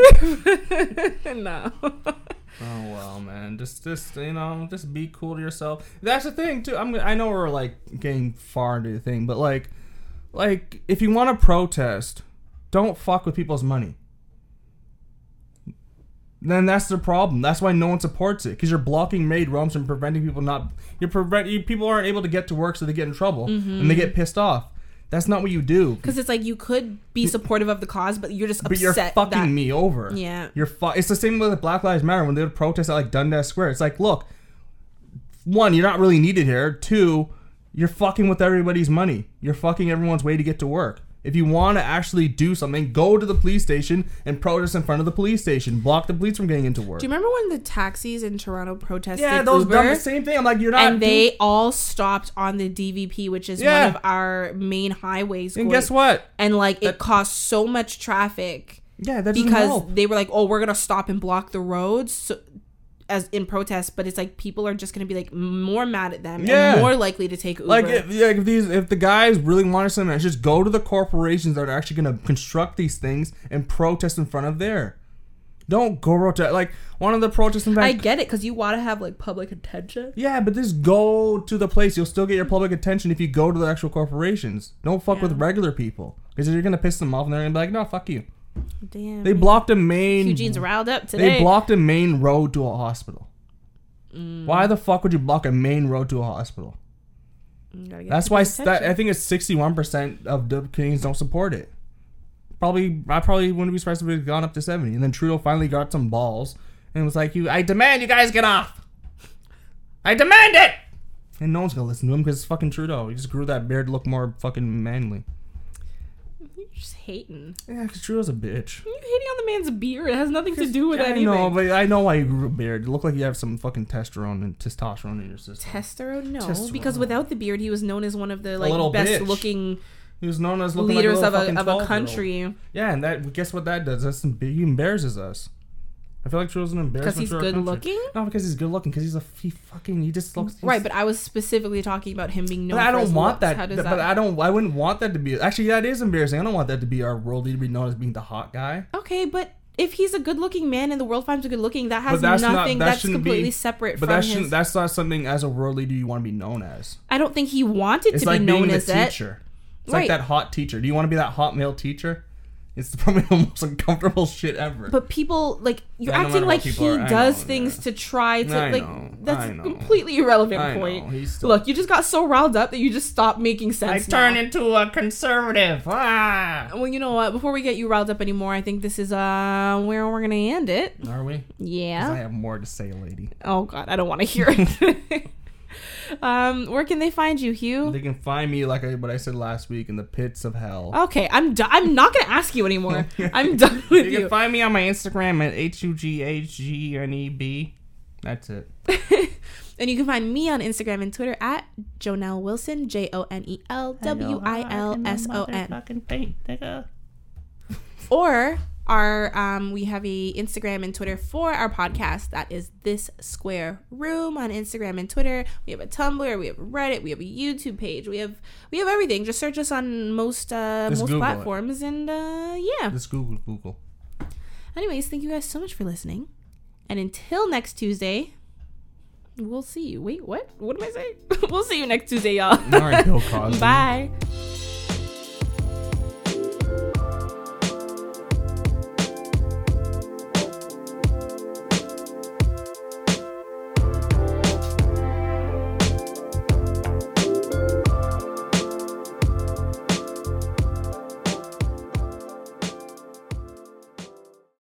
A: bleep." no.
B: Oh well, man. Just, just you know, just be cool to yourself. That's the thing too. I'm. I know we're like getting far into the thing, but like, like if you want to protest, don't fuck with people's money. Then that's the problem. That's why no one supports it because you're blocking maid rooms and preventing people not. You're prevent you, people aren't able to get to work, so they get in trouble and
A: Mm-hmm.
B: they get pissed off. That's not what you do.
A: Because it's like you could be supportive of the cause, but you're just upset.
B: But you're fucking
A: that-
B: me over.
A: Yeah.
B: You're fu- It's the same with Black Lives Matter when they would protest at like Dundas Square. It's like, look, one, you're not really needed here. Two, you're fucking with everybody's money. You're fucking everyone's way to get to work. If you want to actually do something, go to the police station and protest in front of the police station. Block the police from getting into work.
A: Do you remember when the taxis in Toronto protested
B: yeah, those
A: Uber?
B: dumb the same thing. I'm like, you're not.
A: and they all stopped on the DVP, which is
B: Yeah.
A: one of our main highways.
B: and
A: going-
B: guess what?
A: And like it
B: That-
A: caused so much traffic
B: Yeah, that doesn't
A: because
B: help.
A: they were like, "Oh, we're gonna stop and block the roads." So, as in protest, but it's like people are just gonna be like more mad at them
B: Yeah.
A: and more likely to take Uber.
B: Like if, like if these if the guys really wanted something, it's just go to the corporations that are actually going to construct these things and protest in front of there. Don't go protest like one of the protests in
A: I
B: fact.
A: get it because you want to have like public attention.
B: yeah, but just go to the place. You'll still get your public attention if you go to the actual corporations. Don't fuck with regular people because you're gonna piss them off and they're gonna be like, no, fuck you.
A: Damn,
B: They blocked a main.
A: Eugene's riled up Mm-hmm. today.
B: They blocked a main road to a hospital.
A: Mm.
B: Why the fuck would you block a main road to a hospital?
A: You gotta get
B: That's
A: people's
B: why s- that,
A: attention.
B: I think it's sixty-one percent of the Canadians don't support it. Probably, I probably wouldn't be surprised if it had gone up to seventy. And then Trudeau finally got some balls and was like, "You, I demand you guys get off. I demand it." And no one's gonna listen to him because it's fucking Trudeau. He just grew that beard to look more fucking manly.
A: You're just hating.
B: Yeah, because Trudeau's a bitch.
A: You're hating on the man's beard. It has nothing to do with
B: I
A: anything.
B: know, but I know why you grew a beard. You look like you have some fucking testosterone and testosterone in your system.
A: Testerone? oh, No,
B: Testerone.
A: because without the beard, he was known as one of the
B: little
A: like best
B: bitch.
A: looking
B: He was known as looking
A: leaders
B: like
A: of
B: a,
A: a of a country
B: Yeah, and that guess what that does? That's he embarrasses us. I feel like Trudeau's an embarrassment.
A: because he's
B: to our
A: good
B: country.
A: looking.
B: No, because he's good looking. Because he's a he fucking he just looks he's-
A: Right, but I was specifically talking about him being known.
B: But I
A: for
B: don't
A: his
B: want
A: looks.
B: that.
A: How does
B: But
A: that?
B: I don't. I wouldn't want that to be. Actually, that is embarrassing. I don't want that to be our world leader to be known as being the hot guy.
A: okay, but if he's a good looking man and the world finds him good looking, that has
B: but that's
A: nothing.
B: not. That
A: that's
B: shouldn't
A: completely
B: be.
A: separate
B: But
A: from
B: that
A: his.
B: shouldn't. That's not something as a world leader you want to be known as.
A: I don't think he wanted
B: It's
A: to
B: like
A: be
B: being
A: known
B: the
A: as that.
B: teacher. It's
A: Right.
B: like that hot teacher. Do you want to be that hot male teacher? It's probably the most uncomfortable shit ever.
A: But people like you're
B: Yeah, no
A: acting
B: matter
A: like
B: what
A: he
B: people are- I
A: does
B: know,
A: things
B: yeah.
A: to try to
B: I
A: like.
B: know,
A: That's
B: I
A: a
B: know.
A: completely irrelevant
B: I know,
A: point.
B: he's still-
A: Look, you just got so riled up that you just stopped making
D: I
A: sense.
D: turn
A: now.
D: into a conservative. Ah.
A: Well, you know what? Before we get you riled up anymore, I think this is uh where we're gonna end it.
B: Are we? 'Cause I
A: Yeah.
B: have more to say, lady.
A: Oh God, I don't want to hear it. um, where can they find you, Hugh?
B: They can find me like I, what I said last week in the pits of hell.
A: Okay, I'm do- I'm not gonna ask you anymore. I'm done with
B: You can
A: you.
B: find me on my Instagram at h u g h g n e b. That's it.
A: And you can find me on Instagram and Twitter at Jonelle Wilson, J O N E L W I L S O N.
D: Fucking paint, nigga.
A: Or our um, we have a Instagram and Twitter for our podcast. That is this square room on Instagram and Twitter. We have a Tumblr, we have a Reddit, we have a YouTube page, we have we have everything. Just search us on most uh,
B: Just
A: most
B: Google it.
A: platforms, and uh, yeah.
B: Just Google Google.
A: Anyways, thank you guys so much for listening, and until next Tuesday, we'll see you. Wait, what? What am I saying? we'll see you next Tuesday, y'all.
B: All right, Bill Cosby.
A: Bye.